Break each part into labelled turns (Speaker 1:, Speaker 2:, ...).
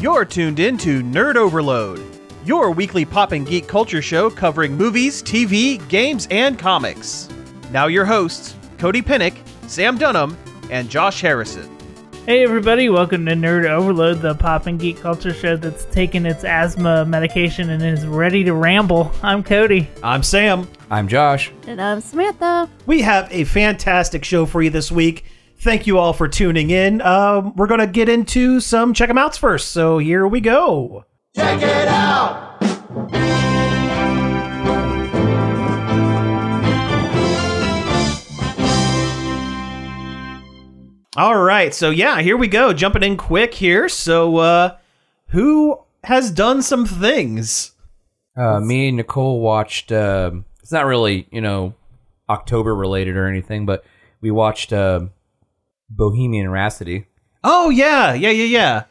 Speaker 1: You're tuned in to Nerd Overload, your weekly pop and geek culture show covering movies, TV, games, and comics. Now, your hosts, Cody Pinnick, Sam Dunham, and Josh Harrison.
Speaker 2: Hey everybody, welcome to Nerd Overload, the pop and geek culture show that's taken its asthma medication and is ready to ramble. I'm Cody.
Speaker 3: I'm Sam.
Speaker 4: I'm Josh.
Speaker 5: And I'm Samantha.
Speaker 3: We have a fantastic show for you this week. Thank you all for tuning in. Um, we're going to get into some check 'em outs first. So here we go. All right. So yeah, here we go. Jumping in quick here. So uh who has done some things?
Speaker 4: Uh, me and Nicole watched. um it's not really you know October related or anything, but we watched um Bohemian Rhapsody.
Speaker 3: Oh yeah. Yeah, yeah, yeah.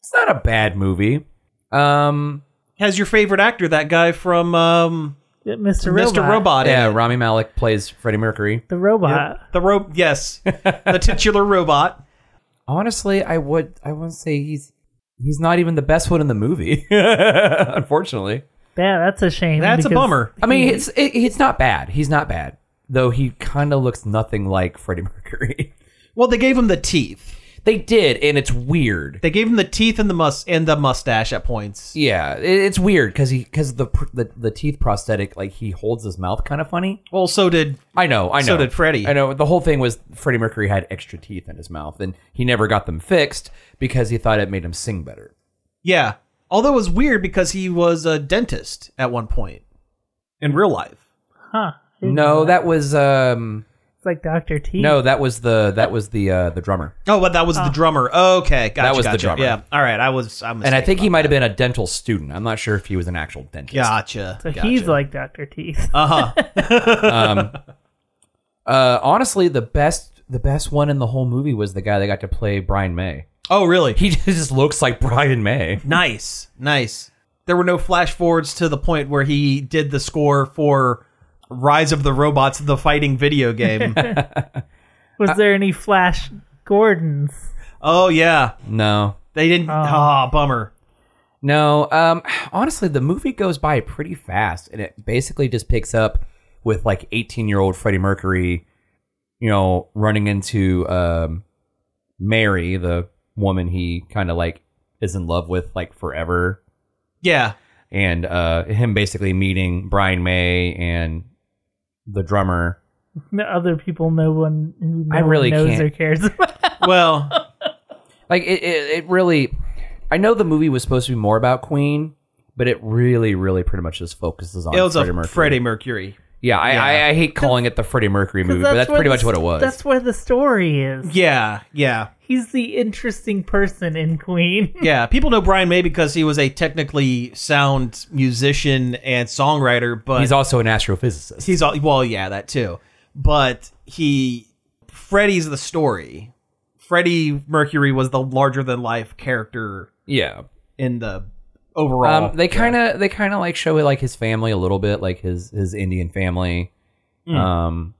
Speaker 4: It's not a bad movie. Um,
Speaker 3: Has your favorite actor that guy from um
Speaker 2: Yeah, Mr. Robot.
Speaker 3: Mr. Robot in
Speaker 4: yeah,
Speaker 3: it?
Speaker 4: Rami Malek plays Freddie Mercury.
Speaker 2: The robot.
Speaker 3: The rope, yes, the titular robot.
Speaker 4: Honestly, I would I would say he's he's not even the best one in the movie. Unfortunately,
Speaker 2: Yeah, that's a shame.
Speaker 3: That's a
Speaker 2: because-
Speaker 3: bummer.
Speaker 4: I mean it's it, it's not bad. He's not bad, though. He kind of looks nothing like Freddie Mercury.
Speaker 3: Well, they gave him the teeth.
Speaker 4: they did, and it's weird.
Speaker 3: They gave him the teeth and the mus and the mustache at points.
Speaker 4: Yeah, it, it's weird because he because the, pr- the the teeth prosthetic like he holds his mouth kind of funny.
Speaker 3: Well, so did
Speaker 4: I know, I know.
Speaker 3: So did Freddie.
Speaker 4: I know. The whole thing was Freddie Mercury had extra teeth in his mouth, and he never got them fixed because he thought it made him sing better.
Speaker 3: yeah. Although it was weird because he was a dentist at one point in real life.
Speaker 2: Huh.
Speaker 4: No, that was um
Speaker 2: It's like Dr. T.
Speaker 4: no, that was the that was the uh the drummer,
Speaker 3: Oh, but that was the drummer. okay, gotcha.
Speaker 4: was the
Speaker 3: gotcha.
Speaker 4: drummer.
Speaker 3: Yeah. All right. I was. I'm
Speaker 4: and I think he might have been a dental student. I'm not sure if he was an actual dentist.
Speaker 3: Gotcha.
Speaker 2: So
Speaker 3: gotcha.
Speaker 2: he's like Dr. Teeth.
Speaker 3: Uh huh.
Speaker 4: Uh, honestly, the best the best one in the whole movie was the guy that got to play Brian May.
Speaker 3: oh, really?
Speaker 4: He just looks like Brian May.
Speaker 3: Nice, nice. There were no flash forwards to the point where he did the score for Rise of the Robots, the fighting video game.
Speaker 2: Was there any Flash Gordons?
Speaker 3: oh yeah,
Speaker 4: No,
Speaker 3: they didn't. Ah, bummer.
Speaker 4: No, um, honestly, the movie goes by pretty fast, and it basically just picks up with like 18 year old Freddie Mercury, you know, running into um, Mary, the woman he kind of like is in love with like forever,
Speaker 3: Yeah,
Speaker 4: and uh, him basically meeting Brian May and the drummer.
Speaker 2: The other people no one who no
Speaker 4: I really
Speaker 2: one knows
Speaker 4: can't.
Speaker 2: or cares about.
Speaker 3: well,
Speaker 4: Like it, it, it really. I know the movie was supposed to be more about Queen, but it really, really pretty much just focuses on
Speaker 3: it was
Speaker 4: Freddie
Speaker 3: a
Speaker 4: Mercury.
Speaker 3: Freddie Mercury.
Speaker 4: Yeah, I, I, I hate calling it the Freddie Mercury movie, but that's
Speaker 2: where
Speaker 4: pretty
Speaker 2: the
Speaker 4: much what it
Speaker 2: s-
Speaker 4: was.
Speaker 2: That's where the story is.
Speaker 3: Yeah, yeah,
Speaker 2: He's the interesting person in Queen.
Speaker 3: yeah. People know Brian May because he was a technically sound musician and songwriter, but
Speaker 4: He's also an astrophysicist.
Speaker 3: he's all well, yeah, that too. But he, Freddie's the story. Freddie Mercury was the larger than life character
Speaker 4: yeah.
Speaker 3: in the overall.
Speaker 4: Um, they kind of they kind of like show like his family a little bit, like his his Indian family. Um,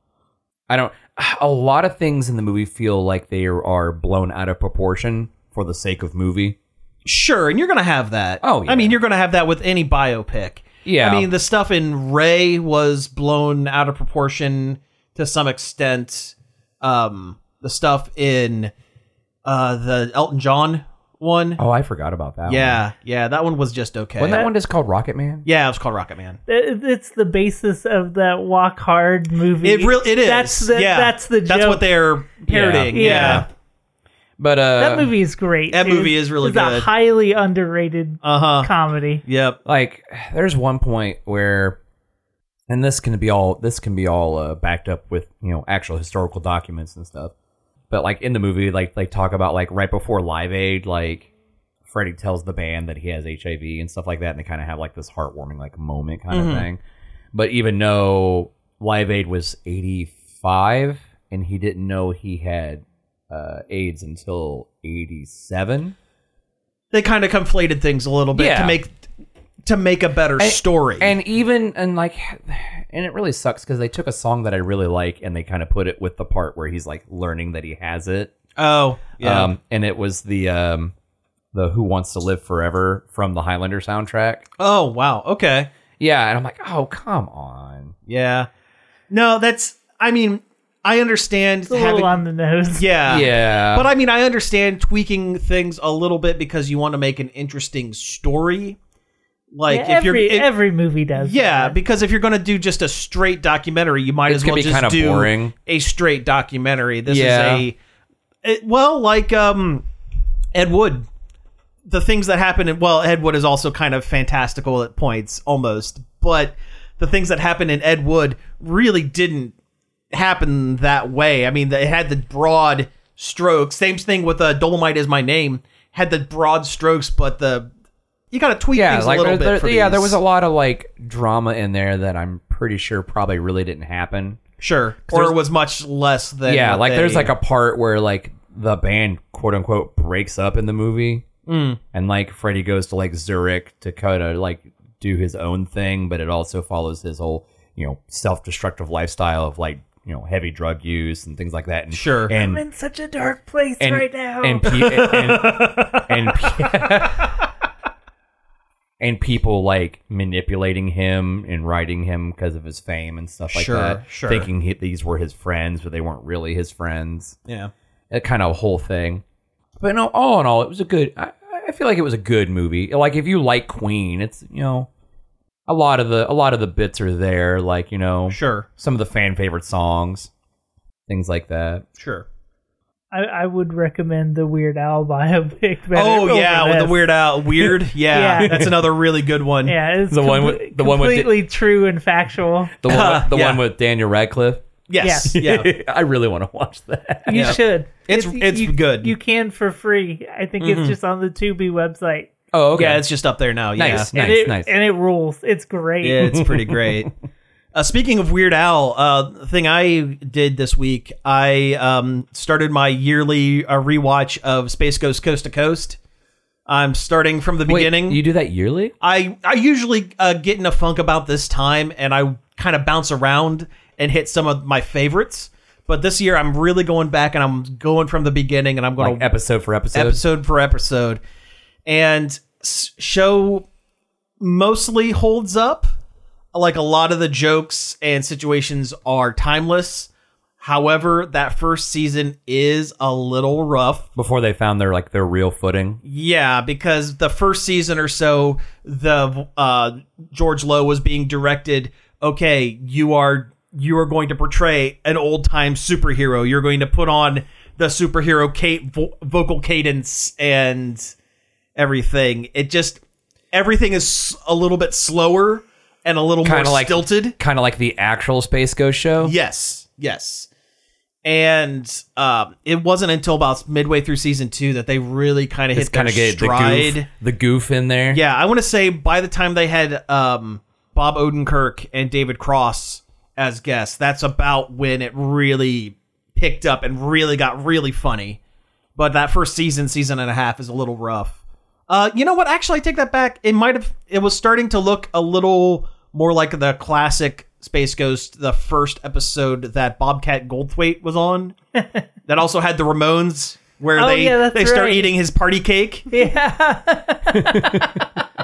Speaker 4: I don't. A lot of things in the movie feel like they are blown out of proportion for the sake of movie.
Speaker 3: sure, and you're gonna have that.
Speaker 4: Oh, yeah.
Speaker 3: I mean, you're gonna have that with any biopic.
Speaker 4: Yeah.
Speaker 3: I mean, the stuff in Ray was blown out of proportion to some extent. Um, the stuff in uh the Elton John one.
Speaker 4: Oh, I forgot about that.
Speaker 3: yeah, yeah, that one was just okay.
Speaker 4: One. Wasn't that one just called Rocket Man?
Speaker 3: yeah, it was called Rocket Man.
Speaker 2: It- It's the basis of that Walk Hard movie.
Speaker 3: It real it is.
Speaker 2: That's the,
Speaker 3: yeah.
Speaker 2: that's the joke.
Speaker 3: That's what they're parodying. Yeah.
Speaker 2: Yeah.
Speaker 4: But uh,
Speaker 2: that movie is great.
Speaker 3: That
Speaker 2: dude.
Speaker 3: movie is really
Speaker 2: it's a
Speaker 3: good.
Speaker 2: highly underrated
Speaker 3: Uh-huh.
Speaker 2: comedy.
Speaker 3: Yep.
Speaker 4: like there's one point where and this can be all this can be all uh, backed up with you know actual historical documents and stuff but like in the movie like they talk about like right before live aid like freddie tells the band that he has hiv and stuff like that and they kind of have like this heartwarming like moment kind of thing but even though live aid was 85 and he didn't know he had uh, aids until 87
Speaker 3: They kind of conflated things a little bit
Speaker 4: Yeah.
Speaker 3: to make to make a better story.
Speaker 4: And even and like, and it really sucks because they took a song that I really like and they kind of put it with the part where he's like learning that he has it.
Speaker 3: oh, yeah.
Speaker 4: Um, and it was the um, the Who Wants to Live Forever from the Highlander soundtrack.
Speaker 3: Oh wow. Okay.
Speaker 4: Yeah, and I'm like, oh come on.
Speaker 3: Yeah. No, that's. I mean, I understand
Speaker 2: It's a little
Speaker 3: having.
Speaker 2: on the nose.
Speaker 3: yeah.
Speaker 4: yeah,
Speaker 3: But I mean, I understand tweaking things a little bit because you want to make an interesting story. Like
Speaker 2: Yeah,
Speaker 3: if you're,
Speaker 2: every
Speaker 3: if-
Speaker 2: every movie does.
Speaker 3: yeah,
Speaker 2: that.
Speaker 3: because if you're going to do just a straight documentary, you might
Speaker 4: It
Speaker 3: as
Speaker 4: could
Speaker 3: well
Speaker 4: be
Speaker 3: just
Speaker 4: kinda
Speaker 3: do
Speaker 4: boring.
Speaker 3: a straight documentary. This
Speaker 4: Yeah.
Speaker 3: is a it- well, like um, Ed Wood. The things that happen in well, Ed Wood is also kind of fantastical at points, almost. But the things that happen in Ed Wood really didn't happen that way. I mean, they had the broad strokes. Same thing with uh, Dolomite is my name. Had the broad strokes, but the you got to tweak
Speaker 4: yeah,
Speaker 3: things
Speaker 4: like
Speaker 3: a little
Speaker 4: there,
Speaker 3: bit.
Speaker 4: there-
Speaker 3: for
Speaker 4: yeah, there
Speaker 3: these.
Speaker 4: was a lot of like drama in there that I'm pretty sure probably really didn't happen.
Speaker 3: Sure.
Speaker 4: there's-
Speaker 3: Or was much less than.
Speaker 4: yeah,
Speaker 3: what
Speaker 4: like
Speaker 3: they-
Speaker 4: there's like a part where like the band quote unquote breaks up in the movie,
Speaker 3: Mm.
Speaker 4: and like Freddie goes to like Zurich to kind of like do his own thing, but it also follows his whole you know self destructive lifestyle of like you know heavy drug use and things like that. And,
Speaker 3: Sure.
Speaker 4: and
Speaker 2: I'm in such a dark place
Speaker 4: and
Speaker 2: right now.
Speaker 4: and pe- and, and, pe- and people like manipulating him and writing him because of his fame and stuff like
Speaker 3: Sure,
Speaker 4: that,
Speaker 3: sure.
Speaker 4: thinking he, these were his friends, but they weren't really his friends.
Speaker 3: Yeah.
Speaker 4: That kind of whole thing. But no, all in all, it was a good. I, I feel like it was a good movie. Like if you like Queen, it's you know. A lot of the a lot of the bits are there, like you know,
Speaker 3: Sure.
Speaker 4: some of the fan favorite songs, things like that.
Speaker 3: Sure.
Speaker 2: I, I would recommend the Weird Al biopic. better
Speaker 3: oh
Speaker 2: over
Speaker 3: yeah, with the
Speaker 2: this.
Speaker 3: Weird Al weird. Yeah,
Speaker 2: Yeah.
Speaker 3: that's another really good one.
Speaker 2: Yeah, it's
Speaker 4: The one
Speaker 2: comple-
Speaker 4: with- the one with the-
Speaker 2: completely true and factual.
Speaker 4: The one, with- the
Speaker 3: Yeah.
Speaker 4: one with Daniel Radcliffe.
Speaker 3: Yes.
Speaker 2: Yeah.
Speaker 3: Yeah.
Speaker 4: I really want to watch that.
Speaker 2: You
Speaker 3: Yeah.
Speaker 2: should.
Speaker 3: It's- it's
Speaker 2: you,
Speaker 3: good. Mm-hmm.
Speaker 2: You can for free. I think it's just on the Tubi website.
Speaker 4: Oh, okay.
Speaker 3: Yeah, it's just up there now. Yeah.
Speaker 4: Nice.
Speaker 2: and it, And it rules. It's great.
Speaker 3: Yeah, it's pretty great. Uh, speaking of Weird Al, uh, the thing I did this week, I um, started my yearly uh, rewatch of Space Ghost Coast to Coast. I'm starting from the
Speaker 4: Wait,
Speaker 3: beginning.
Speaker 4: you do that yearly?
Speaker 3: I I usually uh, get in a funk about this time, and I kind of bounce around and hit some of my favorites. But this year, I'm really going back, and I'm going from the beginning, and I'm going
Speaker 4: Like episode for episode?
Speaker 3: episode for episode, and s- show mostly holds up. Like a lot of the jokes and situations are timeless. However, that first season is a little rough.
Speaker 4: Before they found their like their real footing.
Speaker 3: Yeah, because the first season or so, the uh, George Lowe was being directed. Okay, you are you are going to portray an old time superhero. You're going to put on the superhero ca- vo- vocal cadence and everything. It just everything is s- a little bit slower and a little
Speaker 4: Kinda
Speaker 3: more
Speaker 4: like-
Speaker 3: stilted.
Speaker 4: Kind of like the actual Space Ghost show.
Speaker 3: Yes, yes. And um, it wasn't until about midway through season two that they really kind of hit
Speaker 4: It's
Speaker 3: their
Speaker 4: kind of get the
Speaker 3: stride.
Speaker 4: goof, the goof in there.
Speaker 3: Yeah, I want to say by the time they had um, Bob Odenkirk and David Cross as guests, that's about when it really picked up and really got really funny. But that first season, season and a half, is a little rough. Uh, you know what? Actually, I take that back. It might have. It was starting to look a little more like the classic Space Ghost, the first episode that Bobcat Goldthwait was on. that also had the Ramones, where
Speaker 2: Oh,
Speaker 3: they
Speaker 2: yeah, that's
Speaker 3: they start
Speaker 2: right.
Speaker 3: eating his party cake.
Speaker 2: Yeah.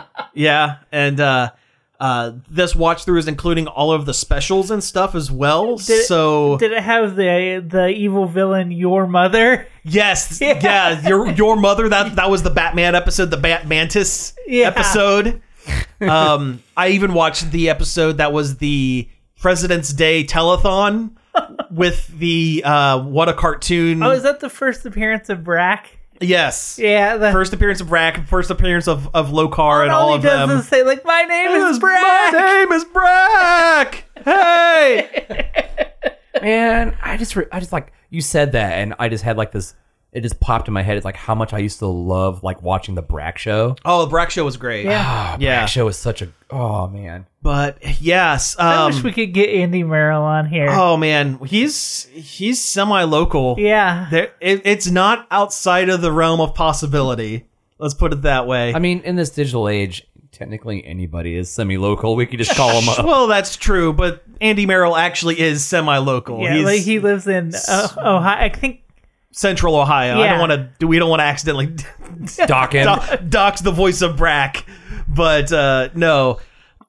Speaker 3: Yeah, and uh, uh, this watch through is including all of the specials and stuff as well.
Speaker 2: Did it-
Speaker 3: so
Speaker 2: Did it have the the evil villain your mother?
Speaker 3: Hmm. yes, yeah. your your mother that that was the Batman episode, the Bat Mantis
Speaker 2: Yeah.
Speaker 3: episode. um, I even watched the episode that was the President's Day telethon with the uh, what a cartoon.
Speaker 2: Oh, is that the first appearance of Brack?
Speaker 3: yes,
Speaker 2: Yeah. The,
Speaker 3: first appearance of Rack, first appearance of of Lokar, and all
Speaker 2: he
Speaker 3: of
Speaker 2: does
Speaker 3: them.
Speaker 2: is say like, "My name
Speaker 3: It
Speaker 2: is
Speaker 3: was,
Speaker 2: Brack."
Speaker 3: My name is Brack. Hey.
Speaker 4: Man, I just, re- I just like, you said that, and I just had like this, it just popped in my head. It's like how much I used to love like watching the Brack show.
Speaker 3: Oh, the Brack show was great.
Speaker 2: Yeah.
Speaker 4: Oh,
Speaker 3: Yeah.
Speaker 4: Brack show is such a, oh man.
Speaker 3: But yes,
Speaker 2: I
Speaker 3: um,
Speaker 2: wish we could get Andy Merrill on here.
Speaker 3: oh man, he's he's semi-local.
Speaker 2: yeah.
Speaker 3: There, it, it's not outside of the realm of possibility. Let's put it that way.
Speaker 4: I mean, in this digital age, technically anybody is semi local. We could just call them up.
Speaker 3: well, that's true, but Andy Merrill actually is semi-local.
Speaker 2: yeah.
Speaker 3: he's
Speaker 2: Like he lives in uh, Ohio. I think
Speaker 3: Central Ohio. I
Speaker 2: Yeah.
Speaker 3: don't want to. do. We don't want to accidentally
Speaker 4: Doc him.
Speaker 3: do- dox the voice of Brack, but uh, no,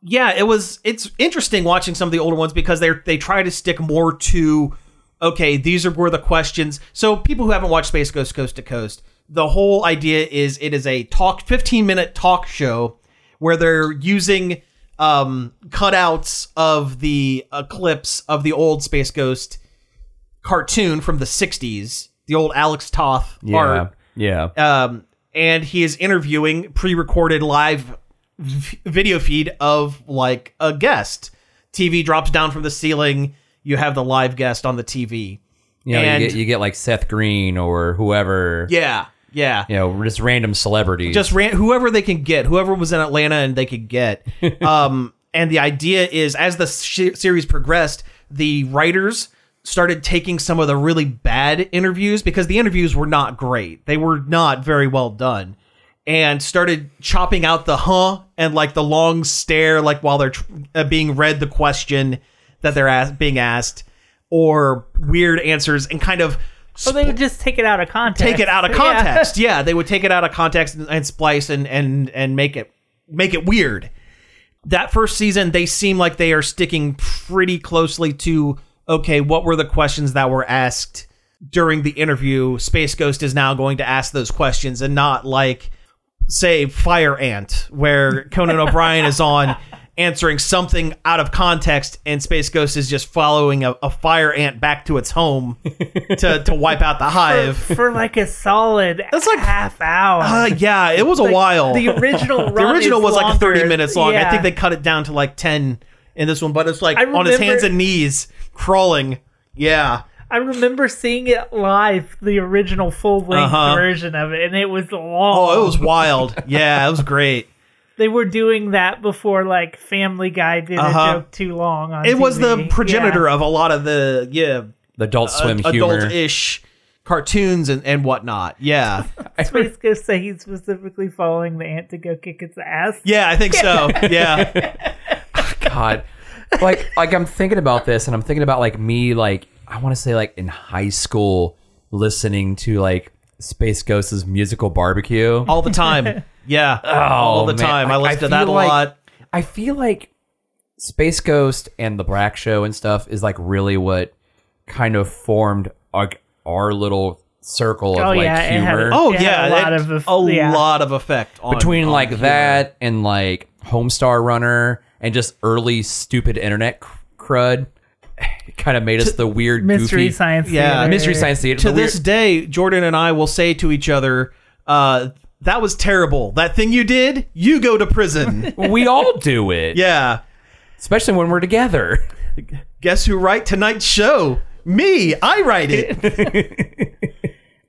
Speaker 3: yeah, it was. It's interesting watching some of the older ones because they are they try to stick more to okay, these are where the questions. So people who haven't watched Space Ghost Coast to Coast, the whole idea is it is a talk fifteen minute talk show where they're using um cutouts of the uh, clips of the old Space Ghost cartoon from the 60s, the old Alex Toth
Speaker 4: yeah,
Speaker 3: art
Speaker 4: yeah.
Speaker 3: um, and he is interviewing pre-recorded live v- video feed of like a guest. TV drops down from the ceiling. You have the live guest on the TV.
Speaker 4: You know,
Speaker 3: and-
Speaker 4: you get you get like Seth Green or whoever.
Speaker 3: Yeah, yeah.
Speaker 4: You know, just random celebrities.
Speaker 3: Just ran whoever they can get, whoever was in Atlanta and they could get. um, and the idea is, as the sh- series progressed, the writers started taking some of the really bad interviews because the interviews were not great. They were not very well done, and started chopping out the huh and like the long stare, like while they're tr- uh, being read the question that they're as- being asked, or weird answers, and kind of.
Speaker 2: So they would just take it out of context.
Speaker 3: take it out of
Speaker 2: Yeah.
Speaker 3: context. Yeah, they would take it out of context and, and splice and and and make it make it weird. That first season, they seem like they are sticking pretty closely to okay, what were the questions that were asked during the interview? Space Ghost is now going to ask those questions and not like say Fire Ant, where Conan O'Brien is on answering something out of context and Space Ghost is just following a, a fire ant back to its home to, to wipe out the hive.
Speaker 2: for like a solid
Speaker 3: That's like-
Speaker 2: half hour.
Speaker 3: Uh, yeah, it was a
Speaker 2: Like,
Speaker 3: while.
Speaker 2: The
Speaker 3: The,
Speaker 2: original run
Speaker 3: original
Speaker 2: is
Speaker 3: was like
Speaker 2: longer.
Speaker 3: 30 minutes long. I
Speaker 2: Yeah.
Speaker 3: think they cut it down to like 10 in this one, but it's like
Speaker 2: I
Speaker 3: on his
Speaker 2: remember-
Speaker 3: hands and knees crawling. Yeah.
Speaker 2: I remember seeing it live, the original full length
Speaker 3: Uh-huh.
Speaker 2: version of it, and it was long.
Speaker 3: Oh, it was wild. Yeah, it was great.
Speaker 2: They were doing that before like Family Guy did
Speaker 3: Uh-huh.
Speaker 2: a joke too long. On
Speaker 3: It was the
Speaker 2: TV.
Speaker 3: progenitor
Speaker 2: Yeah.
Speaker 3: of a lot of the yeah
Speaker 4: the Adult Swim humor.
Speaker 3: adult-ish cartoons and, and whatnot. Yeah.
Speaker 2: Space Ghost say he's specifically following the ant to go kick its ass.
Speaker 3: Yeah, I think so. Yeah.
Speaker 4: God, like like I'm thinking about this, and I'm thinking about like me, like I want to say like in high school, listening to like Space Ghost's musical barbecue.
Speaker 2: Oh.
Speaker 3: All the time. Yeah. All the
Speaker 4: man.
Speaker 3: time. I
Speaker 4: Like,
Speaker 3: listened to that a
Speaker 4: feel like-
Speaker 3: lot.
Speaker 4: I feel like Space Ghost and the Brack Show and stuff is like really what kind of formed our, our little circle of
Speaker 2: Oh,
Speaker 4: like
Speaker 2: yeah, it had-
Speaker 4: humor.
Speaker 3: Oh
Speaker 2: It had
Speaker 3: yeah,
Speaker 2: a lot
Speaker 3: it-
Speaker 2: of eff-
Speaker 3: a
Speaker 2: yeah.
Speaker 3: lot of effect on,
Speaker 4: between
Speaker 3: on
Speaker 4: like that and like Homestar Runner and just early stupid internet cr- crud. It kind of made us the weird
Speaker 2: Mystery
Speaker 4: goofy,
Speaker 2: Science
Speaker 3: Yeah,
Speaker 2: Theater.
Speaker 4: mystery science theater.
Speaker 3: to
Speaker 4: the weird-
Speaker 3: this day, Jordan and I will say to each other, uh, "That was terrible. That thing you did, you go to prison."
Speaker 4: we all do it,
Speaker 3: yeah.
Speaker 4: especially when we're together.
Speaker 3: Guess who write tonight's show? Me. I write it.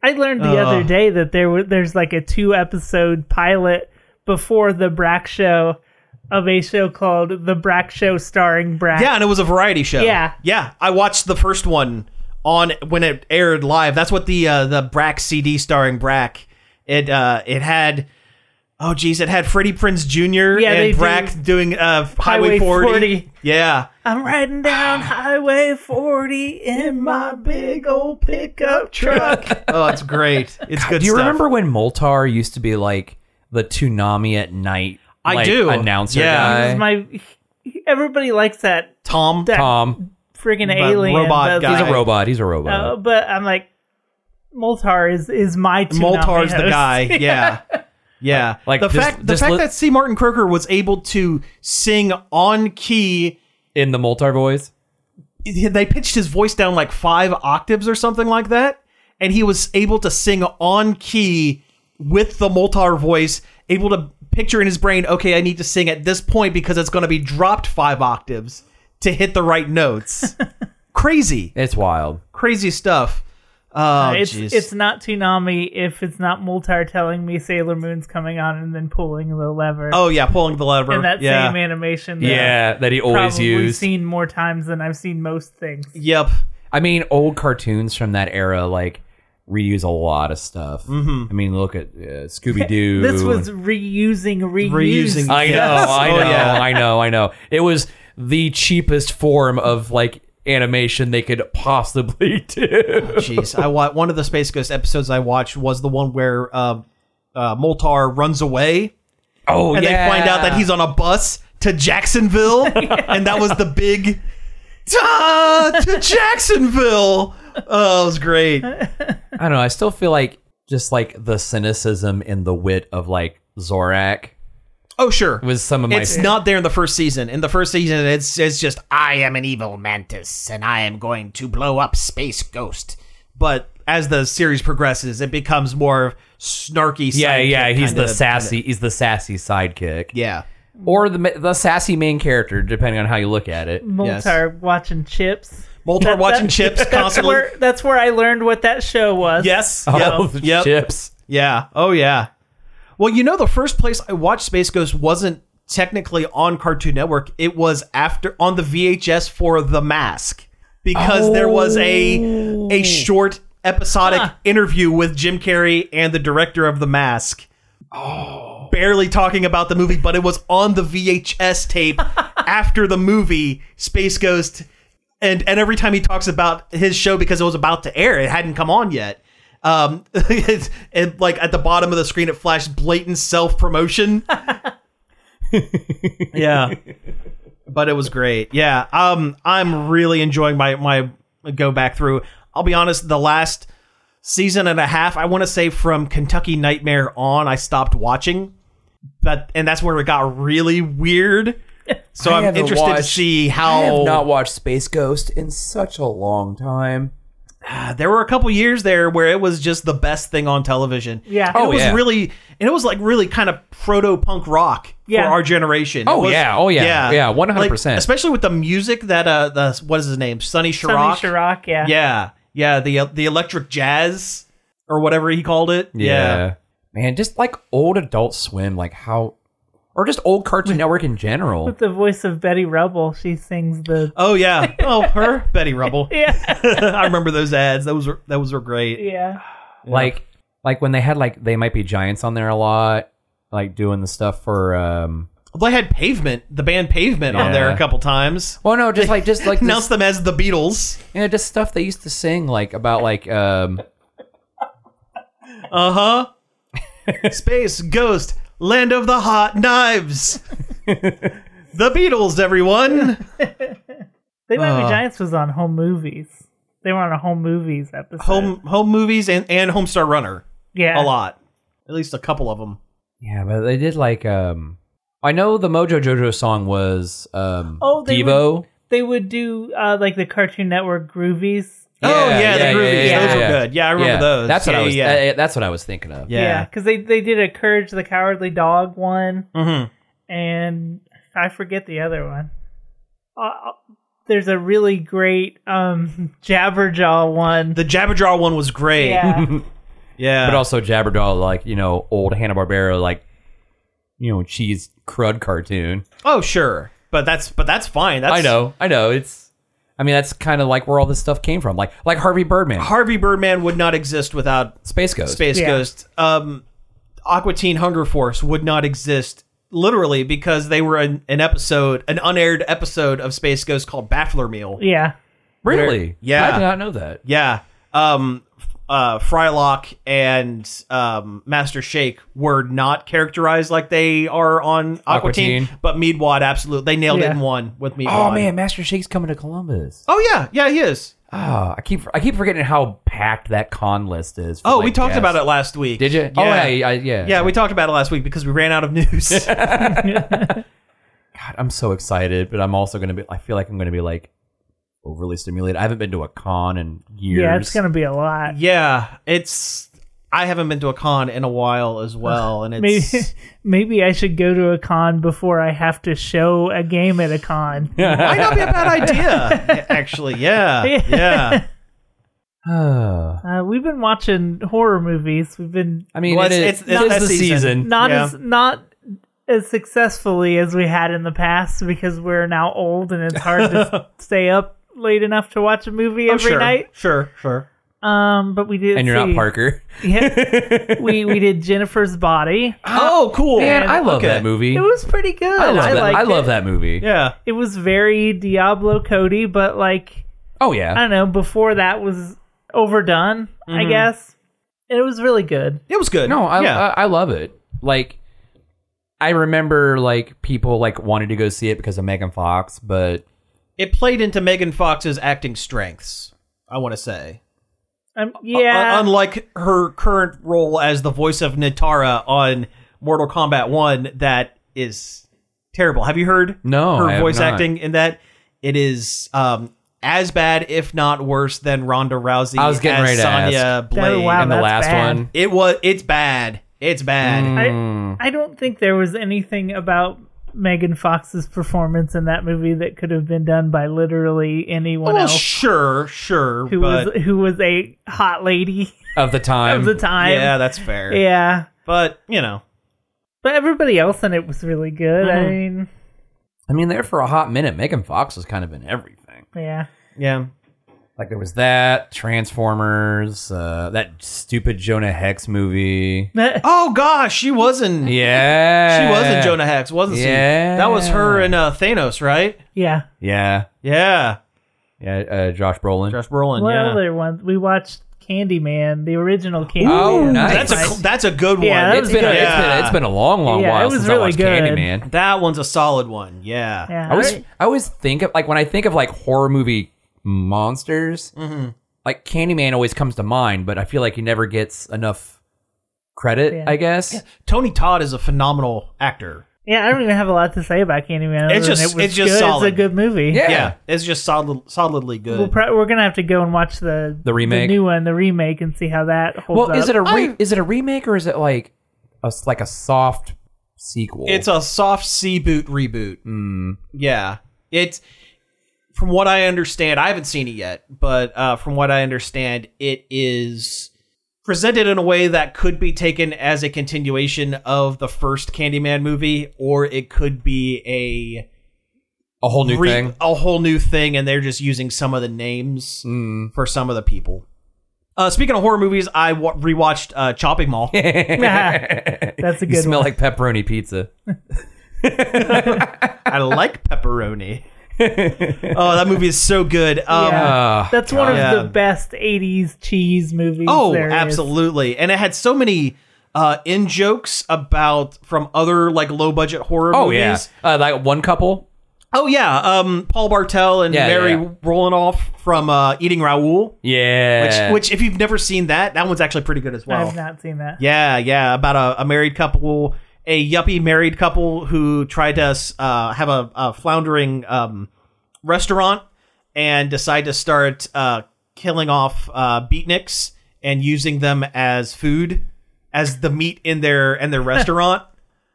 Speaker 2: I learned the
Speaker 3: Uh-huh.
Speaker 2: other day that there were there's like a two episode pilot before the Brack show of a show called The Brack Show starring Brack.
Speaker 3: yeah, and it was a variety show.
Speaker 2: Yeah.
Speaker 3: Yeah, I watched the first one on when it aired live. That's what the uh, the Brack CD starring Brack. It uh, it had. Oh geez, it had Freddie Prince Jr.
Speaker 2: Yeah, they
Speaker 3: and
Speaker 2: do-
Speaker 3: Brack doing uh, Highway
Speaker 2: Highway
Speaker 3: 40.
Speaker 2: 40.
Speaker 3: Yeah,
Speaker 2: I'm riding down Highway 40 in my big old pickup truck.
Speaker 3: oh, it's great. It's good.
Speaker 4: Do you
Speaker 3: stuff.
Speaker 4: remember when Moltar used to be like the tsunami at night?
Speaker 3: I
Speaker 4: like,
Speaker 3: do.
Speaker 4: Announcer
Speaker 3: Yeah.
Speaker 4: guy.
Speaker 2: It's my everybody likes that
Speaker 3: Tom?
Speaker 2: that
Speaker 4: Tom.
Speaker 2: friggin'
Speaker 3: But
Speaker 2: alien
Speaker 3: robot
Speaker 2: that's-
Speaker 3: guy.
Speaker 4: He's
Speaker 3: Right.
Speaker 4: a robot. He's a robot.
Speaker 2: Uh, but I'm like Moltar is is my Toonami
Speaker 3: Moltar's the
Speaker 2: host.
Speaker 3: guy. Yeah. Yeah.
Speaker 4: Like,
Speaker 3: the
Speaker 4: this-
Speaker 3: fact the
Speaker 4: this
Speaker 3: fact
Speaker 4: li-
Speaker 3: that C. Martin Croker was able to sing on key
Speaker 4: in the Moltar voice.
Speaker 3: they pitched his voice down like five octaves or something like that. And he was able to sing on key with the Moltar voice, able to picture in his brain, okay, I need to sing at this point because it's gonna be dropped five octaves to hit the right notes. crazy.
Speaker 4: It's wild.
Speaker 3: Crazy stuff. Oh,
Speaker 2: it's
Speaker 3: jeez.
Speaker 2: it's not Toonami if it's not Moltar telling me Sailor Moon's coming on and then pulling the lever.
Speaker 3: Oh yeah, pulling the lever.
Speaker 2: in that
Speaker 3: yeah.
Speaker 2: same animation. that
Speaker 4: Yeah,
Speaker 2: I've
Speaker 4: that he
Speaker 2: probably
Speaker 4: always used.
Speaker 2: seen more times than I've seen most things.
Speaker 3: Yep.
Speaker 4: I mean, old cartoons from that era like reuse a lot of stuff.
Speaker 3: Mm-hmm.
Speaker 4: I mean, look at uh, Scooby Doo.
Speaker 2: This was reusing, reusing.
Speaker 3: Reusing.
Speaker 4: I know,
Speaker 3: Yes.
Speaker 4: I
Speaker 3: Oh,
Speaker 4: know,
Speaker 3: yeah.
Speaker 4: I know, I know. It was the cheapest form of like animation they could possibly do.
Speaker 3: Jeez, I wa- one of the Space Ghost episodes I watched was the one where uh, uh, Moltar runs away
Speaker 4: Oh,
Speaker 3: and
Speaker 4: yeah.
Speaker 3: they find out that he's on a bus to Jacksonville, and that was the big "Ah, to Jacksonville. Oh, it was great.
Speaker 4: I don't know. I still feel like just like the cynicism and the wit of like Zorak
Speaker 3: Oh, sure.
Speaker 4: was some of my.
Speaker 3: It's not there in the first season. In the first season, it's it's just I am an evil mantis, and I am going to blow up Space Ghost. But as the series progresses, it becomes more of snarky.
Speaker 4: yeah,
Speaker 3: sidekick
Speaker 4: yeah. He's
Speaker 3: kinda-
Speaker 4: the sassy. He's the sassy sidekick.
Speaker 3: Yeah.
Speaker 4: or the ma- the sassy main character, depending on how you look at it.
Speaker 2: Moltar watching chips.
Speaker 3: Moltar
Speaker 2: That-
Speaker 3: watching
Speaker 2: that-
Speaker 3: chips
Speaker 2: that's
Speaker 3: constantly.
Speaker 2: Where, that's where I learned what that show was.
Speaker 3: Yes.
Speaker 4: Oh,
Speaker 3: Yep. Yep.
Speaker 4: chips.
Speaker 3: Yeah. Oh, yeah. Well, you know, the first place I watched Space Ghost wasn't technically on Cartoon Network. It was after on the VHS for The Mask because there was a a short episodic interview with Jim Carrey and the director of The Mask. Oh. Barely talking about the movie, but it was on the VHS tape after the movie Space Ghost and and every time he talks about his show because it was about to air, it hadn't come on yet. Um, it's, and like at the bottom of the screen, it flashed blatant self promotion. yeah, but it was great. Yeah, um, I'm really enjoying my my go back through. I'll be honest, the last season and a half, I want to say from Kentucky Nightmare on, I stopped watching. But and that's where it got really weird. So
Speaker 4: I
Speaker 3: I'm
Speaker 4: haven't
Speaker 3: interested to
Speaker 4: watched-
Speaker 3: see how
Speaker 4: I have not watched Space Ghost in such a long time.
Speaker 3: there were a couple years there where it was just the best thing on television.
Speaker 2: Yeah.
Speaker 3: And it
Speaker 2: Oh,
Speaker 3: was
Speaker 4: yeah.
Speaker 3: really and it was like really kind of proto punk rock
Speaker 2: Yeah.
Speaker 3: for our generation. It
Speaker 4: Oh,
Speaker 3: was-
Speaker 4: yeah. Oh, yeah. Yeah, 100%.
Speaker 3: Like, especially with the music that uh the what is his name? Sonny
Speaker 2: Tommy
Speaker 3: Chirac.
Speaker 2: Chirac, yeah.
Speaker 3: Yeah. Yeah, the uh, the electric jazz or whatever he called it.
Speaker 4: Man, just like old Adult Swim, like how, or just old Cartoon Network in general.
Speaker 2: With the voice of Betty Rubble, she sings the
Speaker 3: Oh yeah. Oh, her Betty Rubble.
Speaker 2: Yeah.
Speaker 3: I remember those ads. Those were those were great.
Speaker 2: Yeah.
Speaker 4: Like, like when they had like they might be giants on there a lot, like doing the stuff for. um
Speaker 3: They had Pavement, the band Pavement on there
Speaker 4: Yeah.
Speaker 3: a couple times.
Speaker 4: Well, no, just like just like this,
Speaker 3: Announced them as the Beatles.
Speaker 4: you know, just stuff they used to sing like about like um
Speaker 3: Uh huh. Space Ghost, Land of the Hot Knives. the Beatles, everyone.
Speaker 2: They Might Be
Speaker 3: Uh.
Speaker 2: Giants was on Home Movies. They were on a Home Movies episode.
Speaker 3: Home home movies and and Homestar Runner
Speaker 2: yeah.
Speaker 3: a lot, at least a couple of them.
Speaker 4: Yeah, but they did like um I know the Mojo Jojo song was um
Speaker 2: Oh, they
Speaker 4: Devo.
Speaker 2: They would do uh, like the Cartoon Network Groovies.
Speaker 3: oh yeah, the groovies, those were good. Yeah, I remember
Speaker 4: Yeah,
Speaker 3: those.
Speaker 4: That's what
Speaker 3: yeah,
Speaker 4: I was
Speaker 3: Yeah,
Speaker 4: uh, that's what I was thinking of.
Speaker 3: yeah.
Speaker 2: Because they, they did a Courage the Cowardly Dog one.
Speaker 3: Mhm.
Speaker 2: and I forget the other one. Uh, there's a really great um, Jabberjaw one.
Speaker 3: The Jabberjaw one was great. Yeah,
Speaker 2: yeah,
Speaker 4: But also Jabberjaw like, you know, old Hanna Barbera like you know, cheese crud cartoon.
Speaker 3: oh sure, but that's but that's fine. That's
Speaker 4: I know, I know. It's I mean that's kinda like where all this stuff came from. Like like Harvey Birdman.
Speaker 3: Harvey Birdman would not exist without
Speaker 4: Space Ghost.
Speaker 3: Space
Speaker 2: Yeah.
Speaker 3: Ghost. Um, Aqua Teen Hunger Force would not exist literally because they were an, an episode, an unaired episode of Space Ghost called Baffler Meal.
Speaker 2: yeah,
Speaker 4: really?
Speaker 3: Yeah.
Speaker 4: I did not know that.
Speaker 3: Yeah. Um, uh, Frylock and um, Master Shake were not characterized like they are on Aqua
Speaker 4: Aqua
Speaker 3: Teen,
Speaker 4: Teen.
Speaker 3: but Meadwad absolutely they nailed it
Speaker 2: Yeah.
Speaker 3: in one with Meadwad.
Speaker 4: Oh man, Master Shake's coming to Columbus.
Speaker 3: Oh yeah, yeah he is.
Speaker 4: Oh, I keep I keep forgetting how packed that con list is. for,
Speaker 3: Oh,
Speaker 4: like,
Speaker 3: we talked
Speaker 4: guests.
Speaker 3: about it last week.
Speaker 4: Did you?
Speaker 3: Yeah.
Speaker 4: Oh, yeah, I, yeah.
Speaker 3: yeah, we talked about it last week because we ran out of news.
Speaker 4: God, I'm so excited, but I'm also gonna be. I feel like I'm gonna be like overly stimulated. I haven't been to a con in years.
Speaker 2: yeah. It's gonna be a lot.
Speaker 3: Yeah, it's. I haven't been to a con in a while as well, and
Speaker 2: Maybe
Speaker 3: it's.
Speaker 2: maybe I should go to a con before I have to show a game at a con.
Speaker 3: might not be a bad idea, actually. Yeah, yeah.
Speaker 4: I
Speaker 2: Uh, we've been watching horror movies. We've been
Speaker 4: mean,
Speaker 3: Well,
Speaker 4: it
Speaker 3: it's- it's-
Speaker 4: is- it
Speaker 3: not
Speaker 4: is
Speaker 3: that
Speaker 4: the
Speaker 3: season.
Speaker 4: season.
Speaker 2: not
Speaker 3: Yeah.
Speaker 2: as not as successfully as we had in the past because we're now old and it's hard to stay up late enough to watch a movie every
Speaker 3: sure,
Speaker 2: night.
Speaker 3: sure, sure.
Speaker 2: Um, but we did.
Speaker 4: Oh, And you're not
Speaker 2: see-
Speaker 4: Parker.
Speaker 2: Yeah. we we did Jennifer's Body.
Speaker 3: Oh, cool.
Speaker 4: Man, I love
Speaker 3: okay.
Speaker 4: that movie.
Speaker 2: It was pretty good.
Speaker 4: I love that.
Speaker 2: liked
Speaker 4: I love
Speaker 2: it.
Speaker 4: that movie.
Speaker 3: Yeah,
Speaker 2: It was very Diablo Cody, but like
Speaker 4: Oh
Speaker 2: I
Speaker 4: yeah,
Speaker 2: don't know, before that was overdone, I guess. It was really good.
Speaker 3: It was good.
Speaker 4: no, I, uh,
Speaker 3: yeah.
Speaker 4: I I love it. Like I remember like people like wanted to go see it because of Megan Fox, but
Speaker 3: it played into Megan Fox's acting strengths. I want to say,
Speaker 2: Um,
Speaker 3: U-
Speaker 2: yeah.
Speaker 3: unlike her current role as the voice of Natara on Mortal Kombat One, that is terrible. Have you heard
Speaker 4: No,
Speaker 3: her
Speaker 4: I have
Speaker 3: voice
Speaker 4: not.
Speaker 3: acting in that? It is um, as bad, if not worse, than Ronda Rousey.
Speaker 4: I was getting
Speaker 3: as
Speaker 4: ready to
Speaker 3: Sonya
Speaker 4: ask.
Speaker 3: Blade.
Speaker 2: Oh, wow.
Speaker 4: and the
Speaker 2: that's
Speaker 4: last
Speaker 2: bad.
Speaker 4: one,
Speaker 3: It was. It's bad. It's bad.
Speaker 4: Mm.
Speaker 2: I, I don't think there was anything about Megan Fox's performance in that movie that could have been done by literally anyone
Speaker 3: Well,
Speaker 2: else
Speaker 3: sure, sure,
Speaker 2: who
Speaker 3: but
Speaker 2: was who was a hot lady
Speaker 4: of the time.
Speaker 2: of the time.
Speaker 3: yeah, that's fair.
Speaker 2: Yeah.
Speaker 3: But you know,
Speaker 2: But everybody else in it was really good. I mean,
Speaker 4: I mean, there for a hot minute, Megan Fox was kind of in everything.
Speaker 2: yeah.
Speaker 3: yeah.
Speaker 4: Like there was that Transformers, uh, that stupid Jonah Hex movie.
Speaker 3: Oh gosh, she wasn't. She
Speaker 4: Yeah,
Speaker 3: wasn't Jonah Hex, wasn't she?
Speaker 4: Yeah.
Speaker 3: That was her and uh, Thanos, right?
Speaker 2: yeah.
Speaker 4: Yeah,
Speaker 3: Yeah.
Speaker 4: yeah. Uh, Josh Brolin.
Speaker 3: Josh Brolin.
Speaker 2: What
Speaker 3: yeah.
Speaker 2: other ones? We watched Candyman, the original Candyman.
Speaker 4: Oh, nice.
Speaker 3: That's a cl- that's a good one.
Speaker 2: Yeah, that
Speaker 4: it's
Speaker 2: was
Speaker 4: been, a, it's
Speaker 3: Yeah.
Speaker 4: been it's been a long, long
Speaker 2: Yeah, it
Speaker 4: while
Speaker 2: was
Speaker 4: since I
Speaker 2: really
Speaker 4: watched
Speaker 2: good.
Speaker 4: Candyman.
Speaker 3: that one's a solid one. Yeah.
Speaker 2: yeah.
Speaker 4: I always I always think of like when I think of like horror movie monsters,
Speaker 2: Mm-hmm.
Speaker 4: like Candyman always comes to mind, but I feel like he never gets enough credit.
Speaker 2: Yeah.
Speaker 4: I guess.
Speaker 3: Tony Todd is a phenomenal actor.
Speaker 2: Yeah, I don't even have a lot to say about Candyman. other
Speaker 3: It's
Speaker 2: than
Speaker 3: just-
Speaker 2: it was
Speaker 3: it's just
Speaker 2: good.
Speaker 3: solid.
Speaker 2: It's a good movie.
Speaker 4: Yeah.
Speaker 3: Yeah. It's just solid solidly good.
Speaker 2: we'll pro- we're gonna have to go and watch the
Speaker 4: The remake?
Speaker 2: new one, the remake, and see how that holds
Speaker 4: Well,
Speaker 2: up.
Speaker 4: is it a re- is it a remake or is it like a s- like a soft sequel?
Speaker 3: it's a soft C boot reboot.
Speaker 4: Hmm.
Speaker 3: Yeah. It's from what I understand, I haven't seen it yet, but uh, from what I understand, it is presented in a way that could be taken as a continuation of the first Candyman movie, or it could be a
Speaker 4: a whole new
Speaker 3: re-
Speaker 4: thing.
Speaker 3: a whole new thing, and they're just using some of the names
Speaker 4: Hmm.
Speaker 3: for some of the people. Uh, speaking of horror movies, I wa rewatched uh, Chopping Mall.
Speaker 2: That's a
Speaker 4: You
Speaker 2: good
Speaker 4: smell
Speaker 2: one.
Speaker 4: like pepperoni pizza.
Speaker 3: I like pepperoni. oh, that movie is so good. Um,
Speaker 2: yeah.
Speaker 4: Ah,
Speaker 2: That's one of
Speaker 3: God.
Speaker 2: the best '80s cheese movies.
Speaker 3: Oh,
Speaker 2: there is.
Speaker 3: absolutely. And it had so many uh, in jokes about from other like low budget horror
Speaker 4: Oh
Speaker 3: movies.
Speaker 4: yeah, uh, like one couple.
Speaker 3: Oh yeah. Um, Paul Bartel and
Speaker 4: Yeah,
Speaker 3: Mary
Speaker 4: yeah.
Speaker 3: Rolonoff from uh, Eating Raoul.
Speaker 4: Yeah,
Speaker 3: Which, which, if you've never seen that, that one's actually pretty good as well.
Speaker 2: I've not seen that.
Speaker 3: Yeah, yeah, about a, a married couple, a yuppie married couple who tried to uh, have a, a floundering um, restaurant and decide to start uh, killing off uh, beatniks and using them as food, as the meat in their in their restaurant.